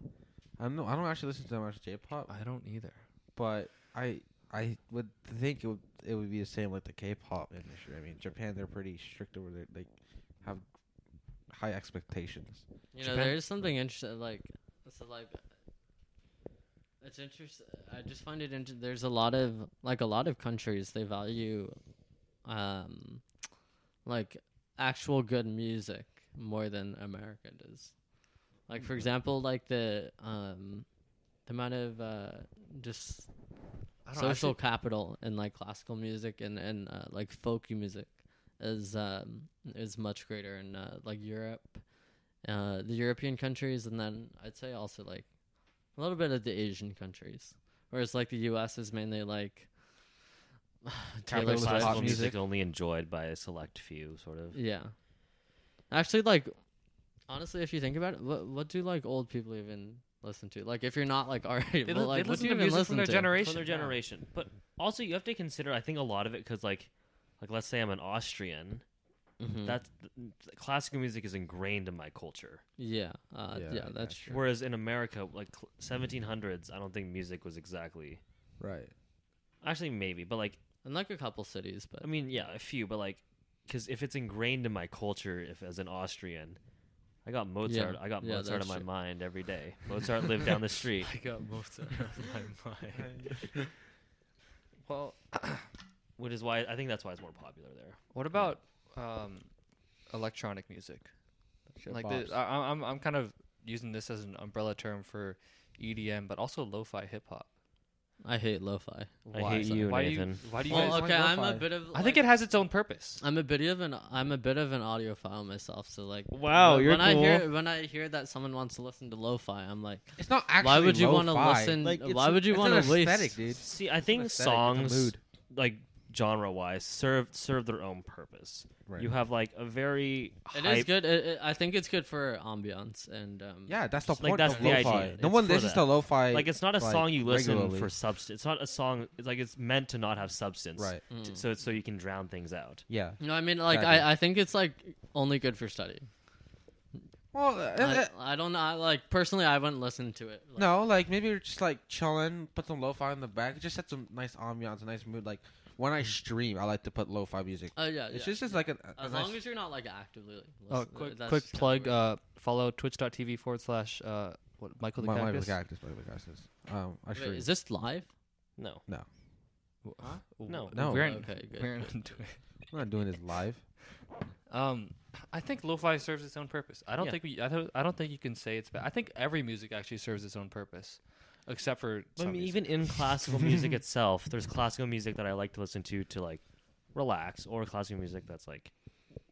S1: I don't know. I don't actually listen to that much J-pop,
S2: I don't either.
S1: but I I would think it would it would be the same like the K-pop industry. I mean, Japan they're pretty strict over there. They have high expectations.
S4: You know,
S2: Japan?
S4: there's something interesting. Like, so like, it's interesting. I just find it interesting. There's a lot of like a lot of countries they value, um, like actual good music more than America does. Like for example, like the um, the amount of uh, just
S2: I don't
S4: social
S2: actually-
S4: capital in like classical music and and uh, like folk music is um is much greater in uh, like Europe, uh, the European countries, and then I'd say also like a little bit of the Asian countries. Whereas like the U.S. is mainly like Taylor
S1: Capitalist
S4: Swift.
S1: pop
S3: Classical
S1: music.
S3: music only enjoyed by a select few, sort of.
S4: Yeah, actually, like honestly, if you think about it, what what do like old people even listen to? Like if you're not like our age,
S2: They,
S4: well,
S2: li-
S4: like
S2: they
S4: what
S2: listen
S4: do you
S2: to
S4: even
S2: music from
S4: listen
S2: their
S4: to?
S2: generation.
S3: From their
S2: yeah.
S3: generation, but also you have to consider. I think a lot of it because like, like let's say I'm an Austrian.
S4: Mhm.
S3: That's classical music is ingrained in my culture.
S4: yeah,
S1: Yeah,
S4: uh, yeah,
S1: yeah,
S4: that's
S1: sure.
S4: true.
S3: Whereas in America, like cl- 1700s, I don't think music was exactly.
S1: Right.
S3: Actually, maybe, but like
S4: And like a couple cities, but
S3: I mean, yeah, a few, but like, because if it's ingrained in my culture, if as an Austrian, I got Mozart, I got
S4: Yeah,
S3: Mozart
S4: that's
S3: in my
S4: true.
S3: mind every day. Mozart lived down the street.
S2: I got uh, most of my mind. well,
S3: which is why I think that's why it's more popular there.
S2: what about um, electronic music? like the,
S3: uh,
S2: I, I'm- I'm I'm kind of using this as an umbrella term for EDM, but also lo-fi hip hop.
S4: I hate lo-fi.
S3: I hate you,
S2: why
S3: Nathan.
S2: Do you, why do you guys?
S4: Well,
S1: want
S4: okay, I'm Oh, a
S1: lo-fi?
S4: bit of.
S2: I think it has its own purpose.
S4: I'm a bit of an I'm a bit of an audiophile myself, so like
S3: Wow,
S4: when,
S3: you're
S4: when I
S3: cool.
S4: hear when I hear that someone wants to listen to lo-fi, I'm like,
S1: It's not actually.
S4: why would you want to
S1: lo-fi.
S4: listen?
S1: Like, it's
S4: why
S1: an-
S4: would you
S1: it's
S4: want
S1: an
S4: to waste?
S1: aesthetic, dude?
S3: See, I
S1: Aesthetic,
S3: think
S1: it's a mood.
S3: songs like genre wise serve serve their own purpose.
S1: Right.
S3: You have like a very
S4: It
S3: hype-
S4: is good. It, it, I think it's good for ambiance and um,
S1: Yeah, that's the
S3: Just, like,
S1: point
S3: that's
S1: of
S3: the
S1: lo-fi.
S3: idea.
S1: No
S3: It's
S1: one
S3: for
S1: listens
S3: that.
S1: to lo-fi.
S3: like it's not a
S1: like,
S3: song you listen
S1: regularly.
S3: for substance. It's not a song. It's like it's meant to not have substance.
S1: Right.
S3: T-
S4: Mm.
S3: So so you can drown things out.
S1: Yeah.
S4: No, I mean like
S1: Exactly.
S4: I, I think it's like only good for study.
S1: Well, uh, uh,
S4: I, I don't know. I, like personally, I wouldn't listen to it. Like,
S1: no, like maybe you're just like chilling, put some lo-fi in the back. It just sets some nice ambiance, a nice mood. Like when I stream, I like to put lo-fi music.
S4: Oh yeah,
S3: Uh,
S4: yeah.
S1: It's just, just like a, a
S4: as
S1: nice,
S4: long as you're not like actively. Listening,
S2: Oh, quick
S4: that's
S2: quick
S4: just kinda
S2: plug.
S4: weird.
S2: Uh, follow twitch.tv forward slash uh, what Michael the
S1: my, my
S2: Cactus.
S1: cactus, my cactus. Um, I
S4: Wait,
S1: stream.
S4: is this live?
S3: No.
S2: Huh?
S3: No.
S1: No.
S2: We're in,
S4: Okay, good.
S2: We're in doing.
S1: I'm not doing this live.
S2: Um, I think lo-fi serves its own purpose. I don't
S3: Yeah.
S2: think we. I don't. I don't think you can say it's bad. I think every music actually serves its own purpose, except for
S3: But I
S2: some
S3: mean,
S2: music.
S3: even in classical music itself, there's classical music that I like to listen to to like relax, or classical music that's like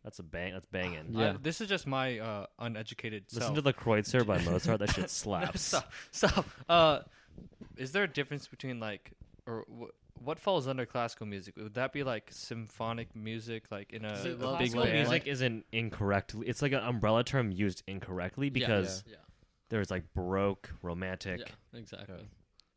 S3: that's a bang, that's banging.
S4: Yeah.
S2: I- this is just my uh, uneducated.
S3: Listen
S2: self.
S3: to the Kreutzer by Mozart. That shit slaps.
S2: Stop. Stop. Uh, is there a difference between like or wh- what falls under classical music? Would that be like symphonic music, like in a,
S4: See,
S2: a
S4: well,
S2: big
S4: classical
S2: band?
S4: music-
S3: Music isn't incorrectly. It's like an umbrella term used incorrectly
S4: Yeah.
S3: because
S4: Yeah.
S3: there's like baroque, romantic.
S4: Yeah, exactly.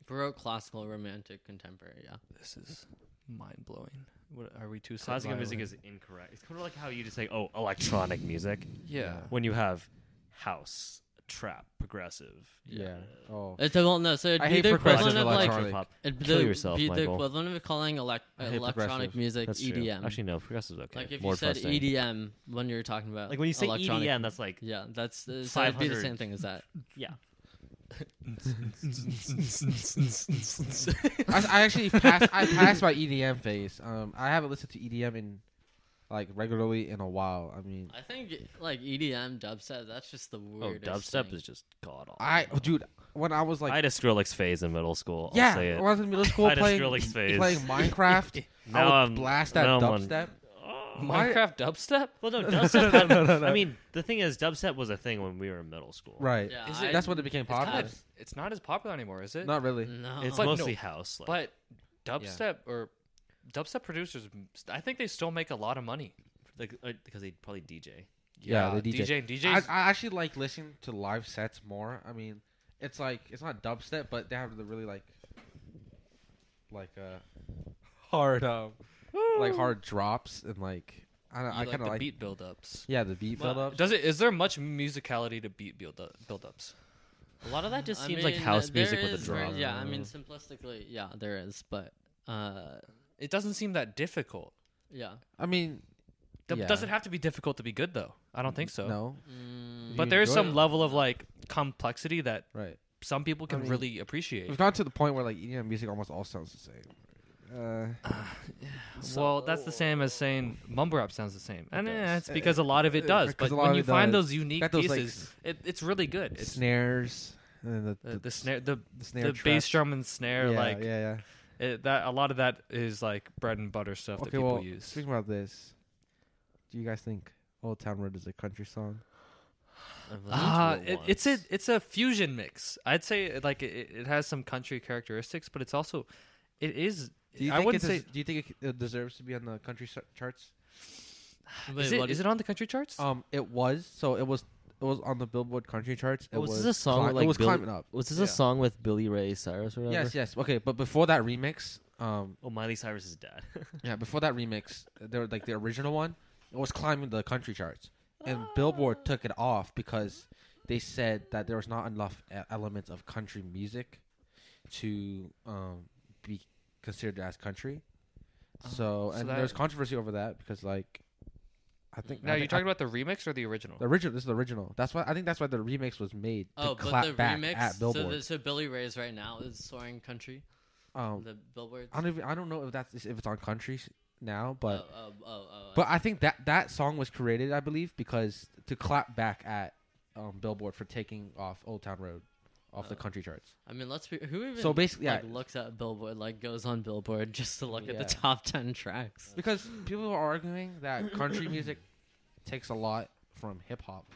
S4: Baroque, classical, romantic, contemporary. Yeah.
S2: This is mind blowing. What are we too
S3: Classical
S2: sidelined?
S3: music is incorrect. It's kind of like how you just say, "Oh, electronic music,"
S2: yeah.
S3: when you have house, trap, progressive,
S1: Yeah. Oh.
S4: It's well, no. So it'd
S1: I
S4: be
S1: hate
S4: the
S1: progressive
S4: equivalent of like
S1: electronic.
S3: pop.
S4: it'd be
S3: Kill
S4: the-
S3: yourself,
S4: be the
S3: Michael.
S4: electronic of calling elec-
S1: hate
S4: electronic
S1: progressive.
S4: music
S3: That's true.
S4: EDM.
S3: Actually, no, progressive's okay.
S4: E like if you
S3: More
S4: said
S3: trusting.
S4: EDM when you're talking about
S3: like when you say
S4: electronic,
S3: EDM, that's like
S4: yeah, that's uh, so it'd be the
S3: 500.
S4: same thing as that.
S3: yeah.
S1: I, I actually passed. I passed my EDM phase. Um, I haven't listened to EDM in like regularly in a while. I mean,
S4: I think like EDM dubstep. That's just the
S3: Oh,
S4: weirdest.
S3: dubstep
S4: thing.
S3: is just god awful.
S1: I oh, dude, when I was like,
S3: I had a Skrillex phase in middle school. I'll
S1: yeah,
S3: say it.
S1: when I was in middle school
S3: I had a
S1: playing
S3: Skrillex phase.
S1: playing Minecraft, I would
S3: Now I'm-
S1: blast that
S3: now I'm on-
S1: dubstep. Why-
S2: Minecraft dubstep?
S3: Well, no, dubstep. had, I mean, the thing is, dubstep was a thing when we were in middle school.
S1: Right.
S4: Yeah,
S2: Is
S4: I-
S2: it-
S1: That's when it became
S2: It's, kind
S1: popular.
S2: of, it's not as popular anymore, is it?
S1: Not really.
S4: No,
S3: It's
S2: But no.
S3: mostly house. Like,
S2: But dubstep or dubstep producers, I think they still make a lot of money.
S3: like, uh, because they probably DJ.
S1: Yeah, they DJ.
S2: DJ. DJs.
S1: I, I actually like listening to live sets more. I mean, it's like it's not dubstep, but they have the really like like uh hard um like hard drops and like I don't,
S2: you
S1: I kind of
S2: the
S1: like
S2: beat buildups.
S1: yeah the beat
S4: Well,
S1: build up.
S2: Does it? Is there much musicality to beat build buildups?
S3: A lot of that just
S4: I
S3: seems like
S4: mean,
S3: house
S4: there
S3: music with a
S4: is ver-
S3: drum.
S4: Yeah, I mean, simplistically, yeah, there is, but uh,
S2: It doesn't seem that difficult.
S4: yeah.
S1: I mean,
S2: Dub-
S1: Yeah.
S2: Doesn't have to be difficult to be good, though. I don't think so.
S1: no,
S4: Mm,
S1: You
S2: But there is
S1: enjoy
S2: some
S1: it.
S2: level of like complexity that
S1: right.
S2: some people can
S1: mean-
S2: really appreciate.
S1: We've gotten to the point where like EDM music almost all sounds the same. Uh,
S2: well, that's the same as saying mumble rap sounds the same, and eh,
S1: does.
S2: it's because a lot of it
S1: Uh,
S2: does.
S1: 'cause
S2: But
S1: a lot
S2: when
S1: of
S2: you
S1: it
S2: find
S1: does.
S2: those unique
S1: Got those, like,
S2: pieces, it, it's really good. It's Uh,
S1: snares and the
S2: the, the snare, the
S1: the snare
S2: the bass
S1: trap.
S2: drum and snare,
S1: yeah,
S2: like
S1: yeah yeah.
S2: It, that a lot of that is like bread and butter stuff that
S1: Okay,
S2: people
S1: well,
S2: use.
S1: speaking about this, do you guys think Old Town Road is a country song?
S5: Ah,
S2: Uh, it, it's a it's a fusion mix. I'd say it, like it, it has some country characteristics, but it's also it is.
S1: Do you
S2: I
S1: think
S2: wouldn't
S1: it
S2: say
S1: des- Do you think it, it deserves to be on the country sar- charts?
S4: Wait,
S2: is it,
S4: what
S2: is
S4: is-
S2: it on the country charts?
S1: Um, it was. So it was. It was on the Billboard country charts. It
S5: was,
S1: was,
S5: Oh, this a song
S1: cli-
S5: with, like
S1: it was
S5: Billy-
S1: climbing up.
S5: Was this
S2: Yeah.
S5: a song with Billy Ray Cyrus or whatever?
S1: Yes, yes. Okay, but before that remix, um,
S3: oh, Miley Cyrus's dad.
S1: yeah, before that remix, there were like the original one. It was climbing the country charts, and
S4: Oh.
S1: Billboard took it off because they said that there was not enough e- elements of country music to um be considered as country. So,
S4: Oh,
S2: so
S1: and
S2: that-
S1: there's controversy over that because like, I think
S2: Now
S1: I
S2: you're
S1: think-
S2: talking about the remix or the original?
S1: The original. This is the original. That's why I think that's why the remix was made to
S4: Oh, but
S1: clap
S4: the
S1: back
S4: remix.
S1: at
S4: So,
S1: Billboard.
S4: the, so Billy Ray's right now is soaring country.
S1: um,
S4: the billboards.
S1: I don't even, I don't know if that's if it's on country s- now, but
S4: oh, oh, oh, oh,
S1: but I think that that song was created, I believe, because to clap back at um, Billboard for taking off Old Town Road off the
S4: Oh.
S1: country charts.
S4: I mean, let's be who even
S1: So basically,
S4: like
S1: yeah.
S4: looks at Billboard, like goes on Billboard just to look at
S1: Yeah.
S4: the top ten tracks.
S1: Because people are arguing that country music takes a lot from hip hop,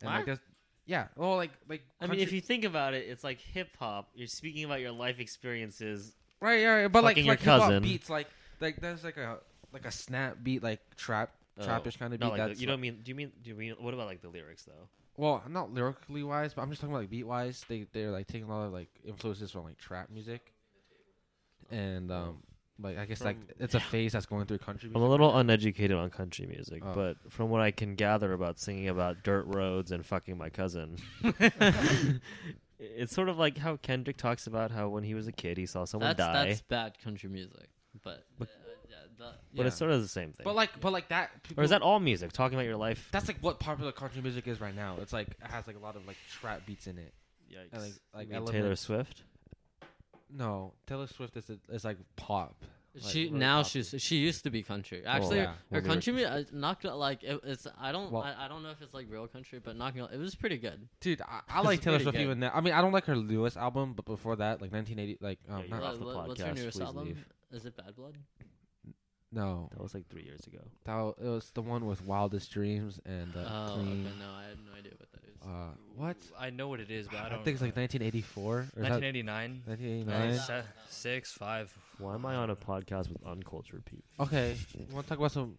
S1: and like
S4: What?
S1: there's, yeah, well, like like
S3: I mean, if
S1: country-
S3: you think about it, it's like hip hop. You're speaking about your life experiences.
S1: right, yeah, yeah, but like
S3: Fucking your
S1: like hip hop
S3: cousin.
S1: beats, like like there's like a like a snap beat, like trap.
S3: Oh,
S1: Trappish kind of beat.
S3: Not like
S1: that's
S3: the, you don't mean. Do you mean? Do you mean? What about like the lyrics though?
S1: Well, not lyrically wise, but I'm just talking about like beat wise. They they're like taking a lot of like influences from like trap music, and um, like I guess like
S3: From-
S1: it's a phase that's going through country.
S3: I'm a
S1: Music.
S3: little uh, uneducated on country music,
S1: Oh.
S3: but from what I can gather about singing about dirt roads and fucking my cousin, it's sort of like how Kendrick talks about how when he was a kid he saw someone
S4: that's
S3: die,
S4: that's bad country music. But, uh, yeah, the-
S3: but it's
S1: yeah.
S3: sort of the same thing.
S1: But like, but like that. People,
S3: or is that all music talking about your life?
S1: That's like what popular country music is right now. It's like it has like a lot of like trap beats in it.
S3: Yikes!
S1: And, like like
S3: You mean
S1: elements-
S3: Taylor Swift.
S1: No, Taylor Swift is is like pop. like,
S4: she
S1: really
S4: now
S1: pop.
S4: she's she used to be country.
S3: Oh,
S4: Actually,
S1: yeah.
S4: her
S1: Well, we were-
S4: country music not gonna, like it, it's. I don't
S1: Well-
S4: I, I don't know if it's like real country, but not gonna. It was pretty good.
S1: dude. I, I like
S4: It's
S1: Taylor
S4: pretty
S1: Swift
S4: good.
S1: even now. I mean, I don't like her Lewis album, but before that, like 1980, like um, not-
S3: Yeah, you're
S4: What-
S3: off the
S4: what- what's her
S3: podcast,
S4: newest
S3: please
S4: album?
S3: leave.
S4: Is it Bad Blood?
S1: no,
S3: That was like three years ago.
S1: that was, it was the one with Wildest Dreams and uh,
S4: oh,
S1: Clean.
S4: okay, no, I had no idea what that is.
S1: Uh, what?
S2: I know what it is, but I
S1: I,
S2: don't.
S1: think it's like 1984 or is that
S2: 1989.
S1: 1989.
S2: Se- six, five.
S3: Why am I on a podcast with uncultured people?
S1: Okay, you want to talk about some?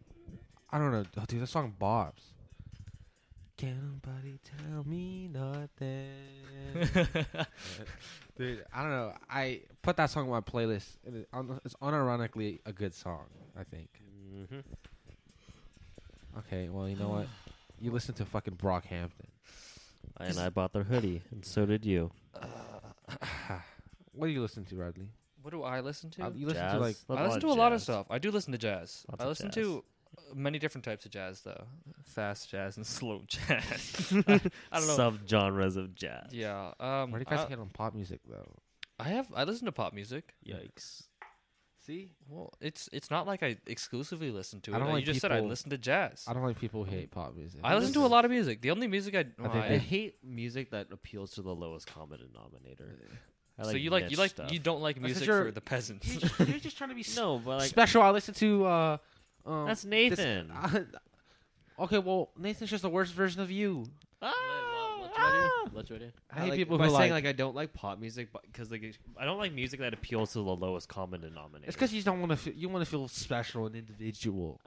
S1: I don't know, oh, dude. That song bobs. Can nobody tell me nothing? dude, I don't know. I put that song on my playlist. and it- un- It's unironically a good song. I think.
S3: Mm-hmm.
S1: Okay, well you know what? You listen to fucking Brockhampton.
S3: And I bought their hoodie, and so did you.
S2: Uh,
S1: What do you listen to, Radley?
S2: What do I listen to?
S1: Uh, you listen
S3: Jazz.
S1: to like
S2: I listen to a lot of
S3: jazz.
S2: stuff. I do listen to jazz.
S3: Lots
S2: I
S3: of
S2: listen
S3: jazz.
S2: to uh, many different types of jazz, though. Fast jazz and slow jazz. I, I don't know.
S3: Subgenres of jazz.
S2: yeah. Um.
S1: where do you guys
S2: I,
S1: get on pop music though?
S2: I have. I listen to pop music.
S3: Yikes.
S1: See,
S2: Well, it's it's not like I exclusively listen to it.
S1: I don't
S2: you
S1: like
S2: just said I
S1: people-
S2: listen to jazz.
S1: I don't like people who hate pop music.
S2: I listen to a lot of music. The only music I, well,
S1: think
S2: I-
S3: I hate music that appeals to the lowest common denominator. I
S2: so you like you
S3: niche
S2: like
S3: stuff.
S2: you don't like
S1: That's 'cause
S2: music
S1: you're-
S2: for the peasants.
S1: You're just, you're just trying to be
S3: no, but like
S1: special. I listen to uh, um,
S3: that's
S1: this-
S3: Nathan.
S1: I- okay, well, Nathan's just the worst version of you.
S3: Oh. Ah!
S4: Let's ready.
S1: I hate people
S3: by
S1: who
S3: saying
S1: like-
S3: like I don't like pop music because like it- I don't like music that appeals to the lowest common denominator.
S1: It's because you don't want to. Fe- you want to feel special and individual.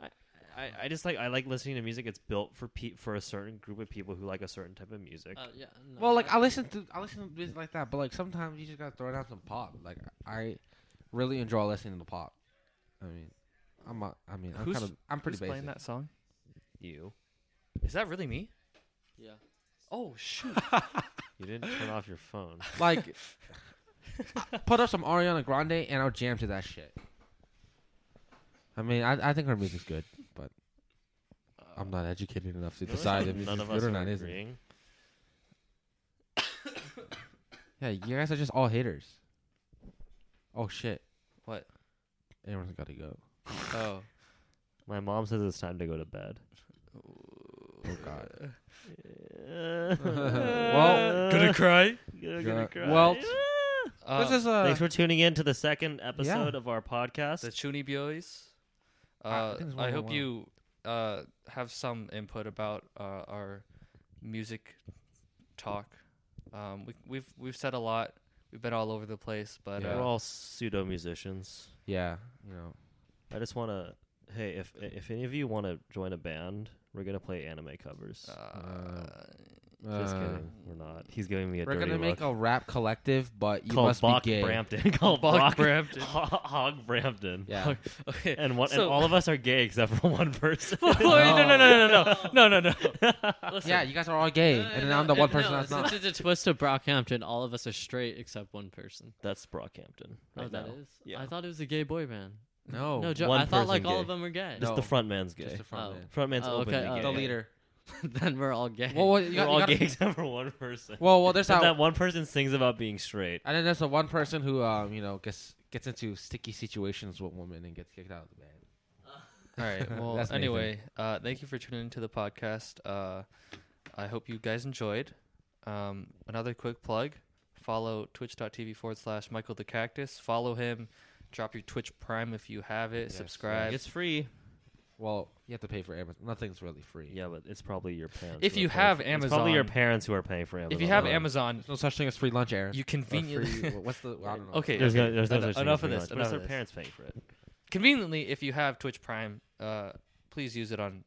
S3: I, I just like I like listening to music. It's built for pe- for a certain group of people who like a certain type of music.
S4: Uh, yeah, no,
S1: Well, like I listen to I listen to music like that, but like sometimes you just gotta throw down some pop. Like I really enjoy listening to pop. I mean, I'm not, I mean, I'm
S2: Who's-
S1: kind of I'm pretty
S2: Who's
S1: basic.
S2: playing that song?
S3: you
S2: Is that really me?
S4: yeah.
S2: Oh shoot!
S3: you didn't turn off your phone.
S1: Like, put up some Ariana Grande and I'll jam to that shit. I mean, I I think her music's good, but I'm not educated enough to decide if it's
S3: none
S1: good
S3: of us
S1: or
S3: are
S1: not. Is it?
S3: agreeing.
S1: Yeah, you guys are just all haters. Oh shit,
S2: What?
S1: everyone's got to go.
S2: Oh,
S3: My mom says it's time to go to bed.
S1: Oh god.
S3: well,
S2: gonna cry.
S3: gonna,
S1: Gonna-
S3: cry.
S1: well,
S2: Uh,
S1: this is uh,
S3: Thanks for tuning in to the second episode of our podcast.
S2: the Chuni Boys.
S1: I- I
S2: Uh,
S1: think it's
S2: I,
S1: one of the
S2: hope
S1: wild.
S2: you uh, have some input about uh, our music talk. Um, we, we've we've said a lot. We've been all over the place, but
S1: Yeah.
S2: uh,
S3: We're all pseudo musicians.
S1: yeah, you know.
S3: I just want to. Hey, if if any of you want to join a band, we're gonna play anime covers.
S2: uh,
S3: just
S1: uh,
S3: kidding, we're not. He's giving me a
S1: We're
S3: dirty
S1: gonna make
S3: look.
S1: a rap collective, but you
S3: Called
S1: must
S3: Bach
S1: be gay.
S3: Brampton. Called
S2: Buck
S3: Bach
S2: Brampton.
S3: Ho- Hog Brampton.
S1: Yeah.
S2: okay.
S3: And one, and
S2: So-
S3: all of us are gay except for one person.
S2: Wait, no, no, no, no, no, no, no, no.
S1: yeah, you guys are all gay, and then I'm the one person that's not.
S4: It's a twist of Brockhampton. All of us are straight except one person.
S3: That's Brockhampton.
S4: Oh,
S3: Right
S4: that
S3: now.
S4: is.
S3: Yeah. Oh,
S4: I thought it was a gay boy band.
S1: No,
S4: no, jo-
S3: one
S4: I thought
S3: person
S4: like all
S3: gay.
S4: of them were gay.
S3: Just
S1: No.
S3: the front man's gay.
S1: just the front
S4: Oh.
S1: man.
S3: front man's
S4: Oh, okay,
S3: openly
S4: oh,
S3: gay.
S1: the
S4: yeah.
S1: leader.
S4: then we're all gay.
S1: Well, well, you
S3: We're
S1: got,
S3: all
S1: you got,
S3: gay except for one person.
S1: well, well, there's
S3: And
S1: that,
S3: that one person sings about being straight.
S1: and then there's the one person who, um, you know, gets gets into sticky situations with women and gets kicked out of the band.
S2: All right. Well,
S1: That's Nathan.
S2: anyway, uh, thank you for tuning into the podcast. Uh, I hope you guys enjoyed. Um, another quick plug follow twitch.tv forward slash Michael the Cactus. Follow him. Drop your Twitch Prime if you have it.
S1: Yes,
S2: Subscribe.
S3: It's free.
S1: Well, you have to pay for Amazon. Nothing's really free.
S3: Yeah, but it's probably your parents.
S2: If
S3: who are
S2: you
S3: paying
S2: have
S3: for- it's probably your
S2: Amazon-
S3: parents who are paying for Amazon.
S2: If you have
S1: Amazon.
S2: Amazon,
S1: There's no such thing as free lunch, Aaron.
S2: you
S1: Or
S2: conveniently.
S1: free, what's the? I don't know.
S2: Okay.
S3: There's no, there's no
S2: Eno-
S3: such thing as
S2: enough of
S3: free
S2: this,
S3: lunch, but
S2: enough
S3: it's
S2: of
S3: their
S2: this.
S3: parents paying for it.
S2: conveniently, if you have Twitch Prime, uh, please use it on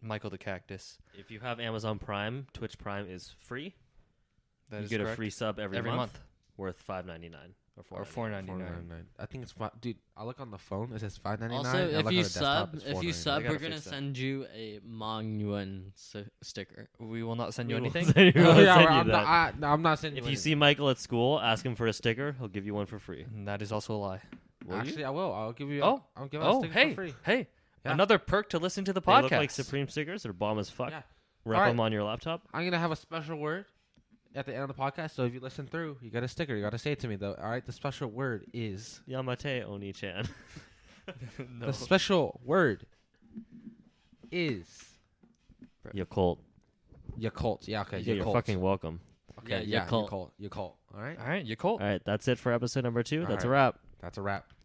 S2: Michael the Cactus.
S3: If you have Amazon Prime, Twitch Prime is free.
S2: That
S3: you
S2: is
S3: get a
S2: correct.
S3: free sub every,
S2: every
S3: month, worth five ninety nine or four.
S2: or four ninety nine.
S1: $4.99. I think it's five. Dude, I look on the phone. It says five ninety nine.
S4: also, if you sub,
S1: desktop, it's
S4: if you
S1: $4.99.
S4: sub,
S2: I gotta
S4: we're gonna
S2: fix that.
S4: send you a Mangyuan s- sticker.
S2: We will not send you
S3: We will
S2: anything.
S3: send you- we
S1: Oh,
S3: will
S1: yeah,
S3: send you
S1: I'm,
S3: that.
S1: not, I, no, I'm not sending
S3: If
S1: you
S3: you
S1: anything.
S3: see Michael at school, ask him for a sticker. He'll give you one for free.
S2: And that is also a lie.
S3: Will you?
S1: Actually, I will. I'll give you.
S2: Oh.
S1: I'll give out
S2: Oh,
S1: stickers
S2: hey,
S1: for free.
S2: hey!
S1: Yeah.
S2: Another perk to listen to the
S3: They
S2: podcast.
S3: look like Supreme stickers. They're bomb as fuck.
S1: Yeah.
S3: Wrap
S1: All right.
S3: them on your laptop.
S1: I'm gonna have a special word at the end of the podcast. So if you listen through, you got a sticker. You gotta say it to me though. All right. The special word is
S3: Yamate Oni Chan.
S2: No.
S1: the special word is
S3: Your cult.
S1: Yakult. Yeah. Okay.
S3: Yeah,
S1: Yakult.
S3: you're fucking welcome.
S1: okay.
S4: Yeah,
S1: Yeah.
S4: Yakult.
S1: Yakult. Yakult. All right.
S2: All right, you're cool.
S3: All right, that's it for episode number two.
S1: All
S3: that's a
S1: right.
S3: wrap.
S1: That's a wrap.